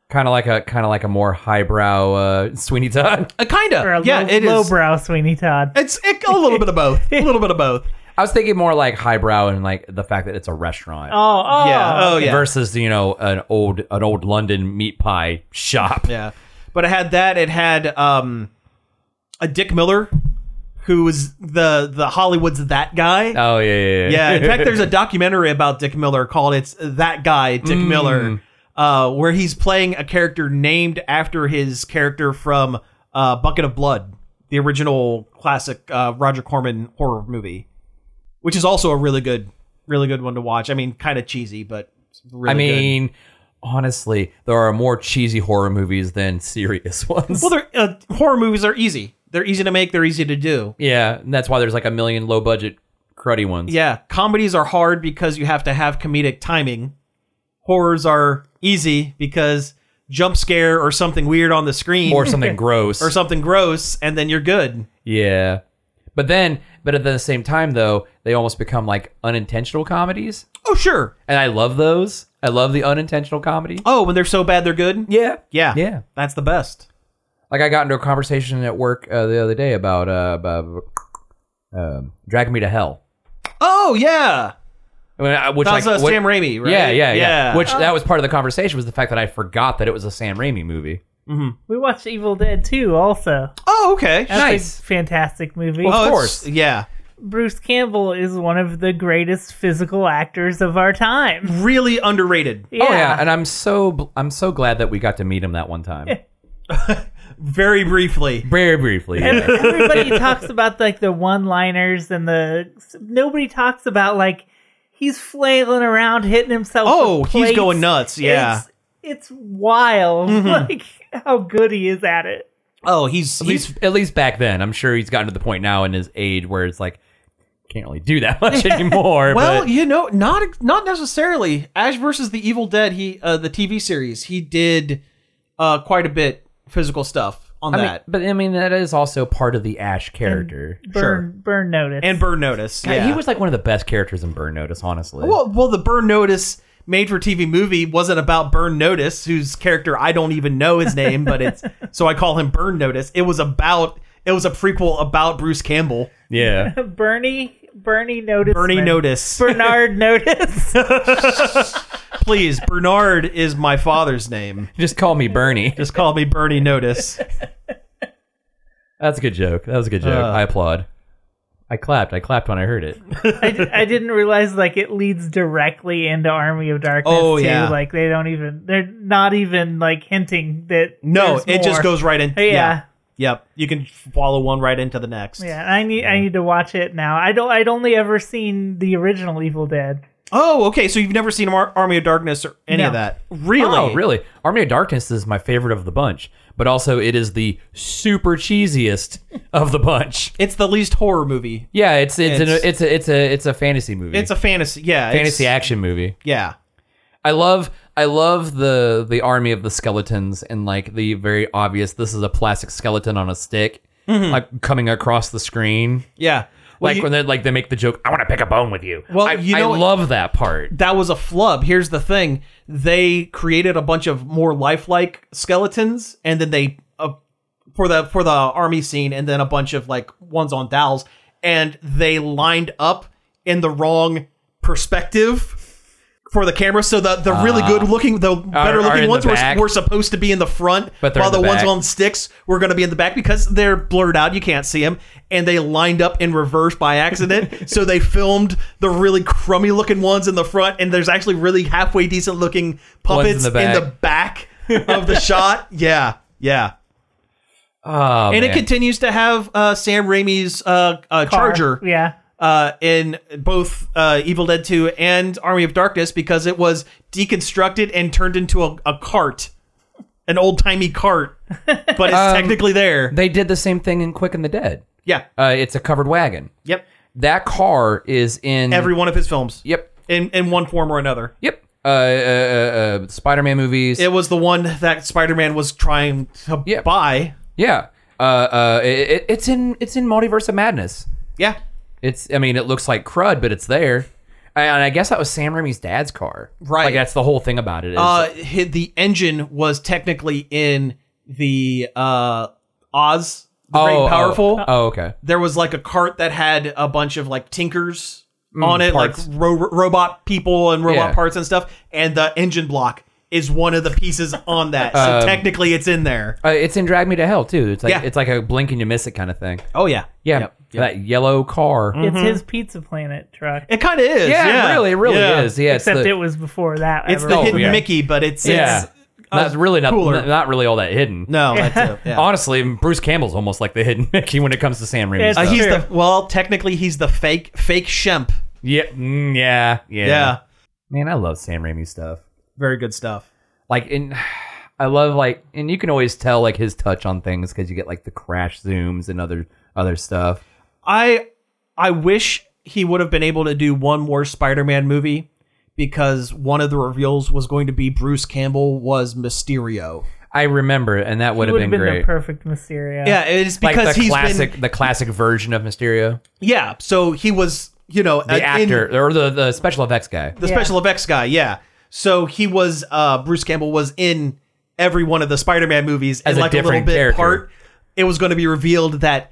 Speaker 4: kind of like a kind of like a more highbrow uh, Sweeney Todd.
Speaker 3: Uh,
Speaker 2: Or
Speaker 3: kinda,
Speaker 2: a
Speaker 3: yeah,
Speaker 2: low,
Speaker 3: it is.
Speaker 2: lowbrow Sweeney Todd.
Speaker 3: It's it, a little bit of both, a little bit of both.
Speaker 4: I was thinking more like highbrow and like the fact that it's a restaurant
Speaker 2: Oh, oh,
Speaker 3: Yeah, oh yeah.
Speaker 4: versus you know an old an old London meat pie shop.
Speaker 3: Yeah. But it had that. It had um, a Dick Miller, who was the the Hollywood's that guy.
Speaker 4: Oh yeah, yeah, yeah.
Speaker 3: yeah, in fact, there's a documentary about Dick Miller called "It's That Guy, Dick
Speaker 4: Mm.
Speaker 3: Miller," uh, where he's playing a character named after his character from uh, Bucket of Blood, the original classic uh, Roger Corman horror movie, which is also a really good, really good one to watch. I mean, kind of cheesy, but it's really
Speaker 4: I mean, honestly, there are more cheesy horror movies than serious ones.
Speaker 3: good. well, they're, uh, horror movies are easy. They're easy to make. They're easy to do.
Speaker 4: yeah, and that's why there's like a million low budget cruddy ones.
Speaker 3: Yeah, comedies are hard because you have to have comedic timing. Horrors are easy because jump scare or something weird on the screen
Speaker 4: or something gross.
Speaker 3: or something gross and then you're good.
Speaker 4: yeah, but then, but at the same time though, they almost become like unintentional comedies,
Speaker 3: Oh sure.
Speaker 4: and I love those. I love the unintentional comedy.
Speaker 3: Oh, when they're so bad they're good?
Speaker 4: Yeah,
Speaker 3: Yeah.
Speaker 4: yeah.
Speaker 3: That's the best.
Speaker 4: Like I got into a conversation at work uh, the other day about uh, about um, dragging me to hell.
Speaker 3: Oh yeah.
Speaker 4: I mean, I- which
Speaker 3: That's
Speaker 4: like,
Speaker 3: uh,
Speaker 4: what-
Speaker 3: Sam Raimi, right?
Speaker 4: Yeah, yeah, yeah, Which that was part of the conversation was the fact that I forgot that it was a Sam Raimi movie.
Speaker 2: We watched Evil Dead 2 also.
Speaker 3: oh, okay.
Speaker 2: That's
Speaker 4: Nice.
Speaker 2: a fantastic movie.
Speaker 4: Well,
Speaker 3: oh,
Speaker 4: of
Speaker 3: it's-
Speaker 4: course.
Speaker 3: Yeah.
Speaker 2: Bruce Campbell is one of the greatest physical actors of our time.
Speaker 3: Really underrated.
Speaker 2: Yeah.
Speaker 4: Oh yeah, and I'm so bl- I'm so glad that we got to meet him that one time.
Speaker 3: very briefly.
Speaker 4: Very briefly.
Speaker 2: Ev-
Speaker 4: Yeah.
Speaker 2: Everybody talks about like the one-liners and the nobody talks about like he's flailing around hitting himself.
Speaker 3: Oh,
Speaker 2: with
Speaker 3: he's
Speaker 2: plates.
Speaker 3: going nuts. Yeah. Mm-hmm.
Speaker 2: It's, it's wild, like how good he is at it.
Speaker 3: oh, he's
Speaker 4: at least
Speaker 3: he's
Speaker 4: at least back then. I'm sure he's gotten to the point now in his age where it's like can't really do that much anymore.
Speaker 3: well,
Speaker 4: but
Speaker 3: you know, not not necessarily. Ash versus the Evil Dead. He uh, the TV series. He did uh, quite a bit physical stuff on
Speaker 4: I mean,
Speaker 3: that
Speaker 4: but I mean that is also part of the Ash character.
Speaker 2: Burn, burn notice.
Speaker 3: and Burn Notice. yeah,
Speaker 4: He was like one of the best characters in Burn Notice, honestly.
Speaker 3: Well, well, the Burn Notice made for TV movie wasn't about Burn Notice, whose character I don't even know his name, but it's so I call him Burn Notice. It was about it was a prequel about Bruce Campbell,
Speaker 4: yeah.
Speaker 2: Bernie, Bernie notice.
Speaker 3: Bernie Notice.
Speaker 2: Bernard notice.
Speaker 3: Please, Bernard is my father's name.
Speaker 4: Just call me Bernie.
Speaker 3: Just call me Bernie Notice.
Speaker 4: That's a good joke. That was a good joke.
Speaker 3: Uh.
Speaker 4: I applaud. I clapped. I clapped when I heard it.
Speaker 2: I, d- I didn't realize like it leads directly into Army of Darkness.
Speaker 3: Oh,
Speaker 2: too.
Speaker 3: yeah.
Speaker 2: like they don't even they're not even like hinting that.
Speaker 3: No,
Speaker 2: there's
Speaker 3: it just
Speaker 2: more.
Speaker 3: goes right in.
Speaker 2: Yeah.
Speaker 3: Yep. You can follow one right into the next.
Speaker 2: Yeah, I need I need to watch it now. I don't. I'd only ever seen the original Evil Dead.
Speaker 3: Oh, okay. So you've never seen Ar- Army of Darkness or any
Speaker 2: No.
Speaker 3: of that. Really?
Speaker 4: Oh, really? Army of Darkness is my favorite of the bunch, but also it is the super cheesiest of the bunch.
Speaker 3: It's the least horror movie.
Speaker 4: Yeah, it's it's
Speaker 3: It's-
Speaker 4: an, it's a it's a it's a fantasy movie.
Speaker 3: It's a fantasy. Yeah. it's-
Speaker 4: fantasy action movie.
Speaker 3: Yeah.
Speaker 4: I love I love the the army of the skeletons and like the very obvious this is a plastic skeleton on a stick
Speaker 3: Mm-hmm.
Speaker 4: like coming across the screen.
Speaker 3: Yeah. Well,
Speaker 4: Like
Speaker 3: you-
Speaker 4: when they like they make the joke, I want to pick a bone with you.
Speaker 3: Well,
Speaker 4: I,
Speaker 3: you
Speaker 4: I
Speaker 3: know what-
Speaker 4: love that part.
Speaker 3: that was a flub. Here's the thing: they created a bunch of more lifelike skeletons, and then they uh, for the for the army scene, and then a bunch of like ones on dowels, and they lined up in the wrong perspective for the camera. So the the really good looking, the better
Speaker 4: Ah. are
Speaker 3: looking
Speaker 4: in the
Speaker 3: ones were,
Speaker 4: back.
Speaker 3: were supposed to be in the front,
Speaker 4: But they're
Speaker 3: while
Speaker 4: in the
Speaker 3: ones
Speaker 4: back.
Speaker 3: on sticks were going to be in the back because they're blurred out. You can't see them, and they lined up in reverse by accident. so they filmed the really crummy looking ones in the front, and there's actually really halfway decent looking puppets
Speaker 4: Ones
Speaker 3: in
Speaker 4: in
Speaker 3: the,
Speaker 4: the
Speaker 3: back of the shot. Yeah, yeah.
Speaker 4: Oh,
Speaker 3: And it
Speaker 4: man.
Speaker 3: continues to have uh, Sam Raimi's uh, uh, Charger
Speaker 2: Yeah.
Speaker 3: uh, in both uh, Evil Dead 2 and Army of Darkness because it was deconstructed and turned into a, a cart, an old timey cart, but it's
Speaker 4: Um,
Speaker 3: technically there.
Speaker 4: they did the same thing in Quick and the Dead.
Speaker 3: Yeah.
Speaker 4: Uh, it's a covered wagon.
Speaker 3: Yep.
Speaker 4: That car is in
Speaker 3: Every one of his films.
Speaker 4: Yep.
Speaker 3: In in one form or another.
Speaker 4: Yep. Uh, uh, uh, uh, Spider-Man movies.
Speaker 3: It was the one that Spider Man was trying to
Speaker 4: Yep.
Speaker 3: buy.
Speaker 4: yeah. Uh, uh, it, it- it's in it's in Multiverse of Madness.
Speaker 3: Yeah.
Speaker 4: It's I mean it looks like crud, but it's there. And I guess that was Sam Raimi's dad's car.
Speaker 3: Right.
Speaker 4: Like that's the whole thing about it. is-
Speaker 3: Uh, hi- the engine was technically in the uh, Oz, the Great and Powerful.
Speaker 4: Oh, oh, okay.
Speaker 3: there was like a cart that had a bunch of like tinkers on it,
Speaker 4: Mm, parts.
Speaker 3: like ro- robot people and robot
Speaker 4: Yeah.
Speaker 3: parts and stuff. And the engine block is one of the pieces on that. So
Speaker 4: Um,
Speaker 3: technically, it's in there.
Speaker 4: Uh, it's in Drag Me to Hell too. It's like
Speaker 3: Yeah.
Speaker 4: it's like a blink and you miss it kind of thing.
Speaker 3: Oh yeah,
Speaker 4: Yeah. That yellow car.
Speaker 2: It's his Pizza Planet truck.
Speaker 3: It kind of is.
Speaker 4: Yeah,
Speaker 3: Yeah,
Speaker 4: it really, it really
Speaker 3: Yeah.
Speaker 4: is. Yeah, it's
Speaker 2: Except
Speaker 4: the,
Speaker 2: it was before that.
Speaker 3: It's
Speaker 2: I
Speaker 3: the
Speaker 2: wrote.
Speaker 3: hidden
Speaker 4: yeah.
Speaker 3: Mickey, but it's
Speaker 4: yeah.
Speaker 3: It's,
Speaker 4: That's really not
Speaker 3: cooler.
Speaker 4: not really all that hidden.
Speaker 3: no, that's it. Yeah.
Speaker 4: Honestly, Bruce Campbell's almost like the hidden Mickey when it comes to Sam Raimi.
Speaker 2: It's-
Speaker 4: stuff.
Speaker 3: Uh, he's
Speaker 2: True.
Speaker 3: the well. Technically, he's the fake fake Shemp.
Speaker 4: yeah, mm, yeah, yeah,
Speaker 3: Yeah,
Speaker 4: Man, I love Sam Raimi stuff.
Speaker 3: very good stuff.
Speaker 4: Like in, I love like, and you can always tell like his touch on things because you get like the crash zooms and other other stuff.
Speaker 3: I I wish he would have been able to do one more Spider-Man movie because one of the reveals was going to be Bruce Campbell was Mysterio.
Speaker 4: I remember, and that would
Speaker 2: It
Speaker 4: have
Speaker 2: would
Speaker 4: been,
Speaker 2: the
Speaker 4: great.
Speaker 2: perfect Mysterio.
Speaker 3: Yeah, it's
Speaker 4: Like
Speaker 3: because
Speaker 4: the
Speaker 3: he's
Speaker 4: classic,
Speaker 3: been
Speaker 4: the classic version of Mysterio,
Speaker 3: yeah. So he was you know
Speaker 4: the
Speaker 3: in-
Speaker 4: actor or the, the special effects guy.
Speaker 3: the special effects guy. Yeah. So he was uh Bruce Campbell was in every one of the Spider-Man movies
Speaker 4: As
Speaker 3: and
Speaker 4: a
Speaker 3: like a little
Speaker 4: different
Speaker 3: bit
Speaker 4: character.
Speaker 3: part. It was going to be revealed that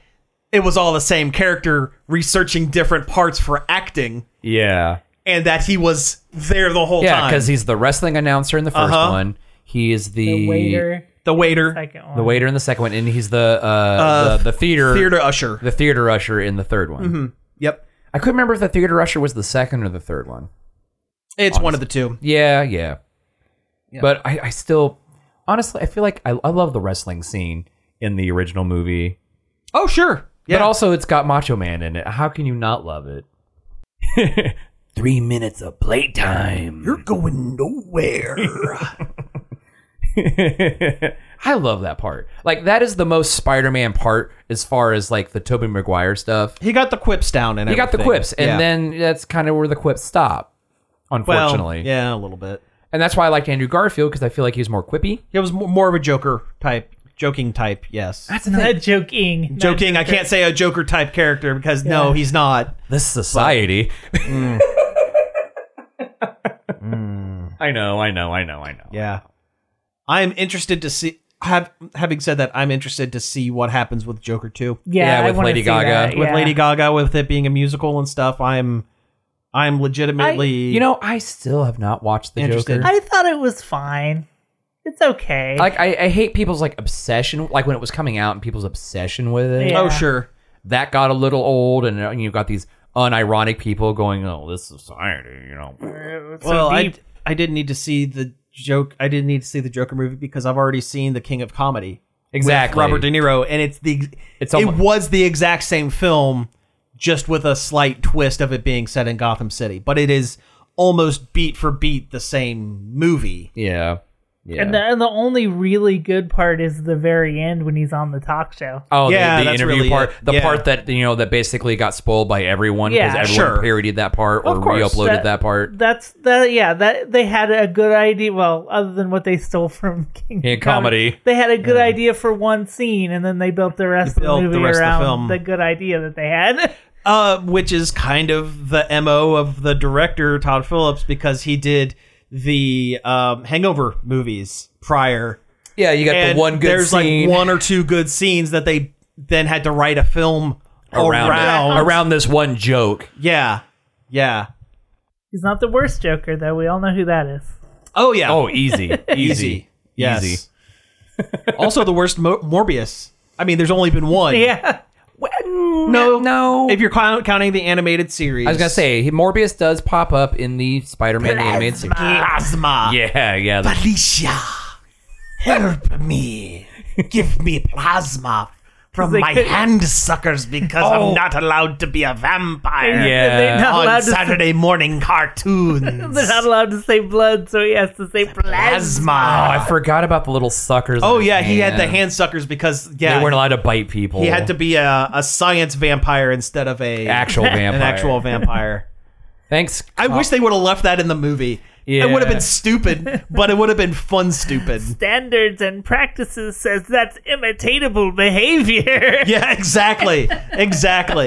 Speaker 3: it was all the same character researching different parts for acting,
Speaker 4: Yeah,
Speaker 3: and that he was there the whole
Speaker 4: yeah,
Speaker 3: time.
Speaker 4: because he's the wrestling announcer in the 1st
Speaker 3: Uh-huh.
Speaker 4: one. He is the,
Speaker 2: The waiter.
Speaker 3: the waiter,
Speaker 2: Second one.
Speaker 4: the waiter in the second one, and he's the uh, the, the theater
Speaker 3: theater Mm-hmm. usher.
Speaker 4: the theater usher in the third one.
Speaker 3: Yep.
Speaker 4: I couldn't remember if the theater usher was the second or the third one.
Speaker 3: It's one of the two.
Speaker 4: Yeah, yeah. But I, I still, honestly, I feel like I, I love the wrestling scene in the original movie.
Speaker 3: Oh, sure. Yeah.
Speaker 4: But also, it's got Macho Man in it. How can you not love it? Three minutes of playtime.
Speaker 3: You're going nowhere.
Speaker 4: I love that part. Like that is the most Spider-Man part as far as like the Tobey Maguire stuff.
Speaker 3: he got the quips down and
Speaker 4: He got the
Speaker 3: everything.
Speaker 4: quips, and
Speaker 3: Yeah.
Speaker 4: then that's kind of where the quips stop,
Speaker 3: Well,
Speaker 4: unfortunately.
Speaker 3: yeah, a little bit.
Speaker 4: And that's why I liked Andrew Garfield because I feel like he was more quippy.
Speaker 3: It was mo- more of a Joker type, joking type. Yes,
Speaker 4: That's
Speaker 2: Not joking.
Speaker 3: joking. I can't say a Joker type character because no, he's not.
Speaker 4: This society. I know, I know, I know, I know.
Speaker 3: Yeah, I'm interested to see. Have having said that, I'm interested to see what happens with Joker two
Speaker 2: Yeah,
Speaker 4: Yeah,
Speaker 2: I
Speaker 4: with
Speaker 2: wanna
Speaker 4: Lady
Speaker 2: see
Speaker 4: Gaga.
Speaker 2: that,
Speaker 4: With
Speaker 2: yeah.
Speaker 3: with Lady Gaga, with it being a musical and stuff. I'm, I'm legitimately.
Speaker 4: You know, I still have not watched the
Speaker 3: Interested.
Speaker 4: Joker.
Speaker 2: I thought it was fine. It's okay.
Speaker 4: like I, I hate people's like obsession like when it was coming out and people's obsession with it
Speaker 2: Yeah.
Speaker 3: oh sure,
Speaker 4: that got a little old and, uh, you've got these unironic people going oh this society you know
Speaker 2: It's so
Speaker 3: well, I,
Speaker 2: deep.
Speaker 3: I didn't need to see the joke. I didn't need to see the Joker movie because I've already seen the King of Comedy. with
Speaker 4: Exactly.
Speaker 3: Robert De Niro, and it's the
Speaker 4: It's
Speaker 3: it
Speaker 4: almo-
Speaker 3: was the exact same film, just with a slight twist of it being set in Gotham City. But it is almost beat for beat the same movie.
Speaker 4: yeah yeah
Speaker 2: and the and the only really good part is the very end when he's on the talk show.
Speaker 4: oh the-
Speaker 3: Yeah,
Speaker 4: the,
Speaker 3: that's
Speaker 4: interview
Speaker 3: really
Speaker 4: part
Speaker 3: it.
Speaker 4: the
Speaker 3: Yeah.
Speaker 4: part that you know that basically got spoiled by everyone because
Speaker 2: Yeah.
Speaker 4: everyone
Speaker 3: Sure.
Speaker 4: parodied that part or
Speaker 3: Of course.
Speaker 4: re-uploaded that,
Speaker 2: That-
Speaker 4: part
Speaker 2: That's that. Yeah, that they had a good idea. Well, other than what they stole from King
Speaker 4: Yeah,
Speaker 2: Kong,
Speaker 4: comedy.
Speaker 2: they had a good idea for one scene, and then they built the rest of the
Speaker 3: built the
Speaker 2: movie
Speaker 3: rest of the
Speaker 2: around
Speaker 3: film.
Speaker 2: the good idea that they had.
Speaker 3: uh, which is kind of the mo of the director Todd Phillips because he did the um, Hangover movies prior.
Speaker 4: yeah you got
Speaker 3: And
Speaker 4: the one good
Speaker 3: there's
Speaker 4: scene
Speaker 3: like one or two good scenes that they then had to write a film
Speaker 4: around,
Speaker 3: around.
Speaker 4: it. around this one joke
Speaker 3: Yeah, yeah.
Speaker 2: he's not the worst Joker, though. We all know who that is.
Speaker 3: Oh yeah.
Speaker 4: oh easy easy
Speaker 3: Yes.
Speaker 4: easy
Speaker 3: also, the worst Mo- Morbius. I mean, there's only been one.
Speaker 2: Yeah,
Speaker 3: No,
Speaker 4: no
Speaker 3: If you're count- counting the animated series,
Speaker 4: I was gonna say he- Morbius does pop up in the Spider-Man animated series.
Speaker 3: plasma.
Speaker 4: Yeah, yeah. the-
Speaker 3: Alicia, help me. Give me plasma from
Speaker 2: They
Speaker 3: my
Speaker 2: could-
Speaker 3: hand suckers because
Speaker 4: Oh.
Speaker 3: I'm not allowed to be a vampire
Speaker 4: Yeah.
Speaker 2: they're not allowed
Speaker 3: on
Speaker 2: to. say-
Speaker 3: Saturday morning cartoons.
Speaker 2: They're not allowed to say blood, so he has to say plasma.
Speaker 4: Oh, I
Speaker 3: plasma.
Speaker 4: forgot about the little suckers.
Speaker 3: Oh
Speaker 4: in his
Speaker 3: yeah, he had the hand suckers because yeah,
Speaker 4: They weren't allowed to bite people.
Speaker 3: he had to be a, a science vampire instead of a
Speaker 4: actual vampire.
Speaker 3: an actual vampire.
Speaker 4: Thanks.
Speaker 3: I wish they would have left that in the movie.
Speaker 4: Yeah.
Speaker 3: It would have been stupid, but it would have been fun stupid.
Speaker 2: Standards and practices says that's imitatable behavior.
Speaker 3: Yeah, exactly. Exactly.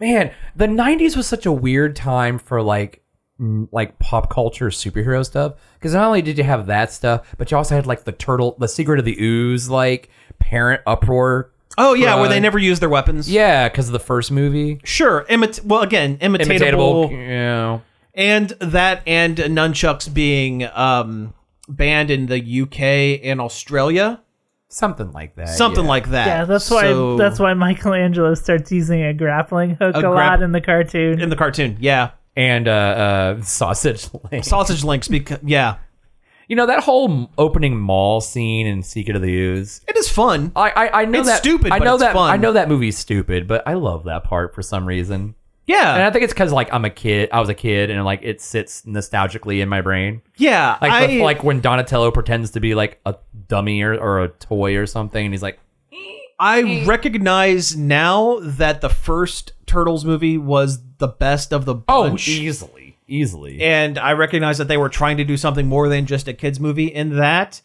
Speaker 4: Man, the '90s was such a weird time for like mm, like pop culture superhero stuff because not only did you have that stuff, but you also had like the turtle, the Secret of the Ooze, like parent uproar.
Speaker 3: Oh yeah, where they
Speaker 4: Right.
Speaker 3: never use their weapons.
Speaker 4: Yeah, because of the first movie.
Speaker 3: Sure. Imit well again, imitatable,
Speaker 4: Imitatable, you know.
Speaker 3: and that and nunchucks being um banned in the UK and Australia.
Speaker 4: Something like that.
Speaker 3: Something
Speaker 4: yeah.
Speaker 3: like that.
Speaker 2: Yeah, that's why
Speaker 3: So-
Speaker 2: that's why Michelangelo starts using a grappling hook a,
Speaker 3: grap-
Speaker 2: lot in the cartoon.
Speaker 3: in the cartoon. Yeah.
Speaker 4: and uh, uh, sausage link.
Speaker 3: Sausage links because yeah.
Speaker 4: You know that whole opening mall scene in Secret of the Ooze.
Speaker 3: It is fun.
Speaker 4: I I, I know
Speaker 3: It's
Speaker 4: that
Speaker 3: stupid,
Speaker 4: I
Speaker 3: but
Speaker 4: know
Speaker 3: it's
Speaker 4: that
Speaker 3: fun.
Speaker 4: I know that movie's stupid, but I love that part for some reason. And I
Speaker 3: Yeah.
Speaker 4: think it's because like I'm a kid. I was a kid, and like it sits nostalgically in my brain.
Speaker 3: Yeah.
Speaker 4: Like
Speaker 3: I,
Speaker 4: the- like when Donatello pretends to be like a dummy or, or a toy or something, and he's like,
Speaker 3: I recognize now that the first Turtles movie was the best of the
Speaker 4: "Oh,
Speaker 3: bunch.
Speaker 4: easily, easily."
Speaker 3: and I recognize that they were trying to do something more than just a kids movie in that.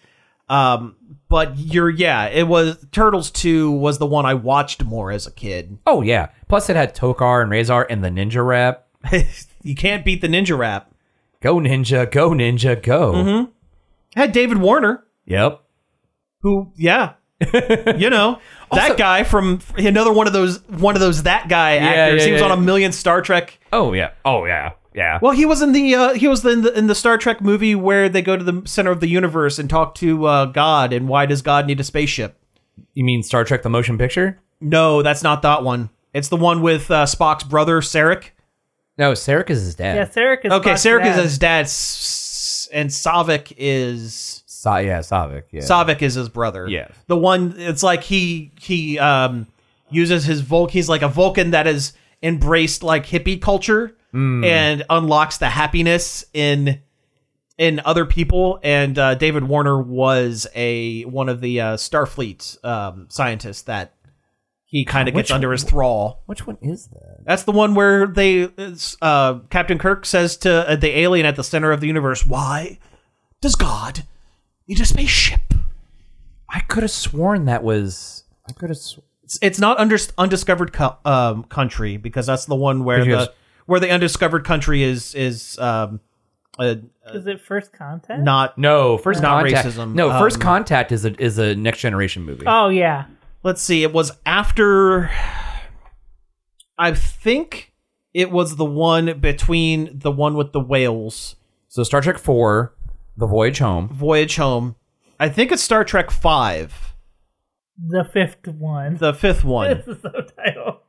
Speaker 3: Um, but you're yeah, it was Turtles 2 was the one I watched more as a kid.
Speaker 4: oh yeah. Plus, it had Tokar and Razor and the Ninja Rap.
Speaker 3: you can't beat the ninja rap.
Speaker 4: Go Ninja, go Ninja, go.
Speaker 3: Mm-hmm. Had David Warner,
Speaker 4: Yep.
Speaker 3: who yeah. you know,
Speaker 4: Also-
Speaker 3: that guy from another one of those one of those that guy actors.
Speaker 4: yeah,
Speaker 3: he was
Speaker 4: yeah.
Speaker 3: on a million Star Trek.
Speaker 4: Oh yeah. Oh yeah. Yeah.
Speaker 3: Well, he was in the uh, he was in the in the Star Trek movie where they go to the center of the universe and talk to uh, God and why does God need a spaceship?
Speaker 4: You mean Star Trek the motion picture?
Speaker 3: No, that's not that one. It's the one with uh, Spock's brother, Sarek.
Speaker 4: No, Sarek is his dad.
Speaker 2: yeah, Sarek is
Speaker 3: Okay,
Speaker 2: Fox
Speaker 3: Sarek
Speaker 2: Dad.
Speaker 3: is his dad, S- and Savik is
Speaker 4: Sa- yeah, Savik. Yeah.
Speaker 3: Savik is his brother.
Speaker 4: Yes.
Speaker 3: The one it's like he he um uses his Vulc he's like a Vulcan that has embraced like hippie culture
Speaker 4: Hmm.
Speaker 3: and unlocks the happiness in in other people and uh, David Warner was a one of the uh, Starfleet um, scientists that he kind of gets
Speaker 4: Which-
Speaker 3: under his thrall.
Speaker 4: Which one is that?
Speaker 3: That's the one where they it's, uh, Captain Kirk says to uh, the alien at the center of the universe, "Why does God need a spaceship?"
Speaker 4: I could have sworn that was. I could have. Sw-
Speaker 3: It's, it's not under, undiscovered co- um, country because that's the one where
Speaker 4: Because
Speaker 3: the
Speaker 4: you have-
Speaker 3: where the undiscovered country is is um, uh,
Speaker 2: Is it first contact?
Speaker 3: not.
Speaker 4: no, first
Speaker 3: Not
Speaker 4: contact.
Speaker 3: racism,
Speaker 4: No, first
Speaker 3: um, Uh,
Speaker 4: contact is a is a next generation movie.
Speaker 2: Oh yeah.
Speaker 3: Let's see. It was after. I think it was the one between the one with the whales,
Speaker 4: so Star Trek Four, The Voyage Home.
Speaker 3: Voyage Home. I think it's Star Trek Five,
Speaker 2: The fifth one.
Speaker 3: the fifth one.
Speaker 2: That's the subtitle.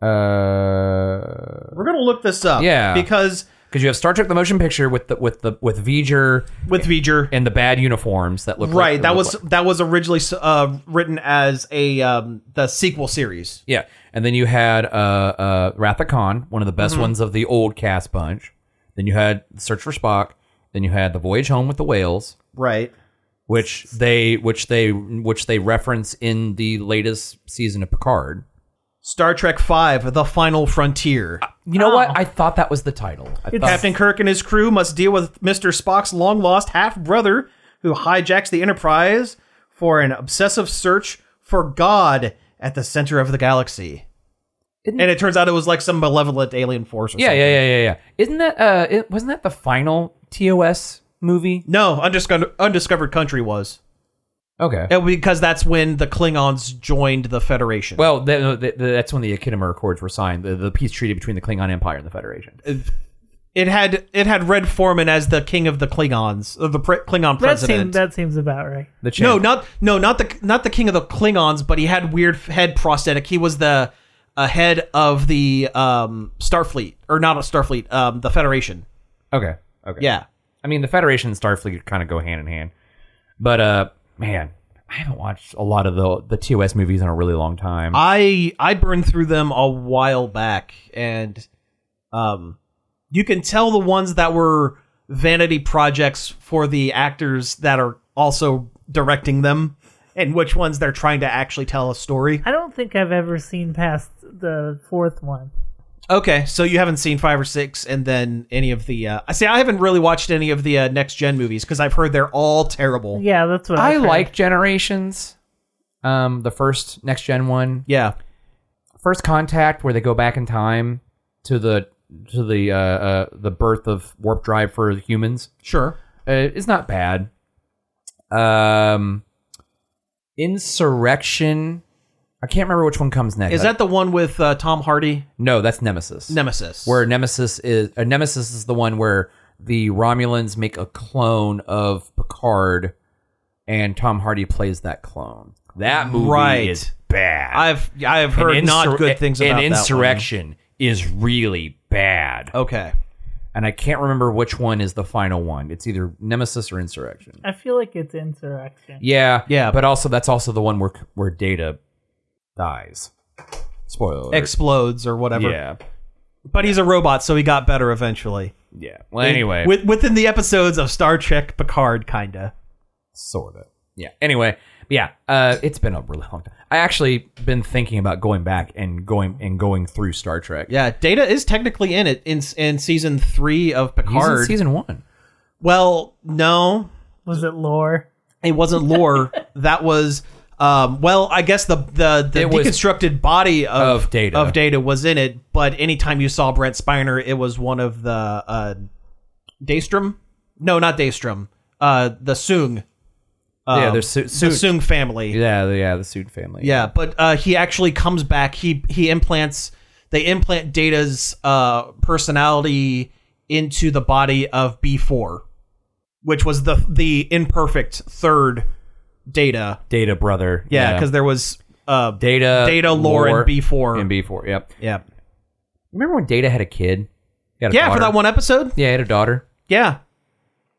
Speaker 4: Uh,
Speaker 3: We're gonna look this up,
Speaker 4: Yeah.
Speaker 3: because
Speaker 4: because you have Star Trek the Motion Picture with the with the with V'ger
Speaker 3: with V'ger,
Speaker 4: and the bad uniforms that look like-
Speaker 3: right? That
Speaker 4: look
Speaker 3: was
Speaker 4: like-
Speaker 3: that was originally uh, written as a um, the sequel series.
Speaker 4: yeah. And then you had uh uh Wrath of Khan, one of the
Speaker 3: Mm-hmm.
Speaker 4: best ones of the old cast bunch. Then you had Search for Spock. Then you had the Voyage Home with the whales,
Speaker 3: Right.
Speaker 4: which they which they which they reference in the latest season of Picard.
Speaker 3: Star Trek V: The Final Frontier.
Speaker 4: You know what? I thought that was the title. I thought,
Speaker 3: Ah. Captain Kirk and his crew must deal with Mr. Spock's long-lost half-brother who hijacks the Enterprise for an obsessive search for God at the center of the galaxy.
Speaker 4: Isn't-
Speaker 3: and it turns out it was like some malevolent alien force or
Speaker 4: yeah,
Speaker 3: something.
Speaker 4: yeah, yeah, yeah, yeah. Isn't that uh? It, wasn't that the final TOS movie?
Speaker 3: No, Undisco- Undiscovered Country was.
Speaker 4: Okay.
Speaker 3: And because that's when the Klingons joined the Federation.
Speaker 4: Well, th th th- that's when the Akinamer Accords were signed, the, the peace treaty between the Klingon Empire and the Federation.
Speaker 3: Uh, it had it had Red Foreman as the king of the Klingons, of the pre- Klingon
Speaker 2: That seems
Speaker 3: president.
Speaker 2: that seems about right.
Speaker 4: The Chan-
Speaker 3: No, not no, not the not the king of the Klingons, but he had weird f- head prosthetic. He was the uh, head of the um, Starfleet, or not a Starfleet, um, the Federation.
Speaker 4: okay, okay.
Speaker 3: Yeah,
Speaker 4: I mean, the Federation and Starfleet kind of go hand in hand. But uh, man, I haven't watched a lot of the the TOS movies in a really long time.
Speaker 3: I I burned through them a while back, and um, you can tell the ones that were vanity projects for the actors that are also directing them, and which ones they're trying to actually tell a story.
Speaker 2: I don't think I've ever seen past the fourth one.
Speaker 3: Okay, so you haven't seen five or six, and then any of the. Uh, I see. I haven't really watched any of the uh, next gen movies because I've heard they're all terrible.
Speaker 2: Yeah, that's what
Speaker 4: I
Speaker 2: I've heard.
Speaker 4: like Generations, um, the first next gen one,
Speaker 3: Yeah.
Speaker 4: first Contact, where they go back in time to the to the uh, uh, the birth of warp drive for humans.
Speaker 3: Sure.
Speaker 4: uh, it's not bad. Um, Insurrection. I can't remember which one comes next.
Speaker 3: Is that the one with uh, Tom Hardy?
Speaker 4: no? That's Nemesis.
Speaker 3: Nemesis.
Speaker 4: Where Nemesis is uh, Nemesis is the one where the Romulans make a clone of Picard, and Tom Hardy plays that clone. That movie
Speaker 3: Right.
Speaker 4: is bad.
Speaker 3: I've I have heard
Speaker 4: An
Speaker 3: not
Speaker 4: insur-
Speaker 3: good things about
Speaker 4: An
Speaker 3: that one. Oh.
Speaker 4: Insurrection is really bad,
Speaker 3: Okay.
Speaker 4: and I can't remember which one is the final one. It's either Nemesis or Insurrection.
Speaker 2: I feel like it's insurrection.
Speaker 4: Yeah,
Speaker 3: Yeah.
Speaker 4: But also, that's also the one where where Data dies. Spoiler. alert.
Speaker 3: Explodes or whatever.
Speaker 4: yeah,
Speaker 3: But he's a robot, so he got better eventually.
Speaker 4: yeah. Well, anyway,
Speaker 3: With, within the episodes of Star Trek Picard, kinda.
Speaker 4: sort of. Yeah. Anyway, yeah. Uh, it's been a really long time. I actually been thinking about going back and going and going through Star Trek.
Speaker 3: Yeah. Data is technically in it in in season three of
Speaker 4: He's in
Speaker 3: Picard.
Speaker 4: season one.
Speaker 3: well, no,
Speaker 2: Was it lore?
Speaker 3: it wasn't lore. that was um, well, I guess the the, the
Speaker 4: It was-
Speaker 3: deconstructed body of,
Speaker 4: of Data.
Speaker 3: of data was in it, but anytime you saw Brent Spiner, it was one of the uh, Daystrom. No, not Daystrom. Uh, the Soong. Um,
Speaker 4: yeah, there's Su-
Speaker 3: the
Speaker 4: Su-
Speaker 3: Soong family. Yeah,
Speaker 4: yeah, the- yeah, the Suit family.
Speaker 3: but uh, he actually comes back. He he implants. They implant Data's uh, personality into the body of B four, which was the the imperfect third Data
Speaker 4: Data brother.
Speaker 3: yeah, because there was uh,
Speaker 4: Data,
Speaker 3: Data, Lore, and B4.
Speaker 4: and B four. Yep.
Speaker 3: yeah,
Speaker 4: Remember when Data had a kid? He had a
Speaker 3: yeah, for
Speaker 4: daughter?
Speaker 3: that one episode.
Speaker 4: Yeah, he had a daughter.
Speaker 3: Yeah,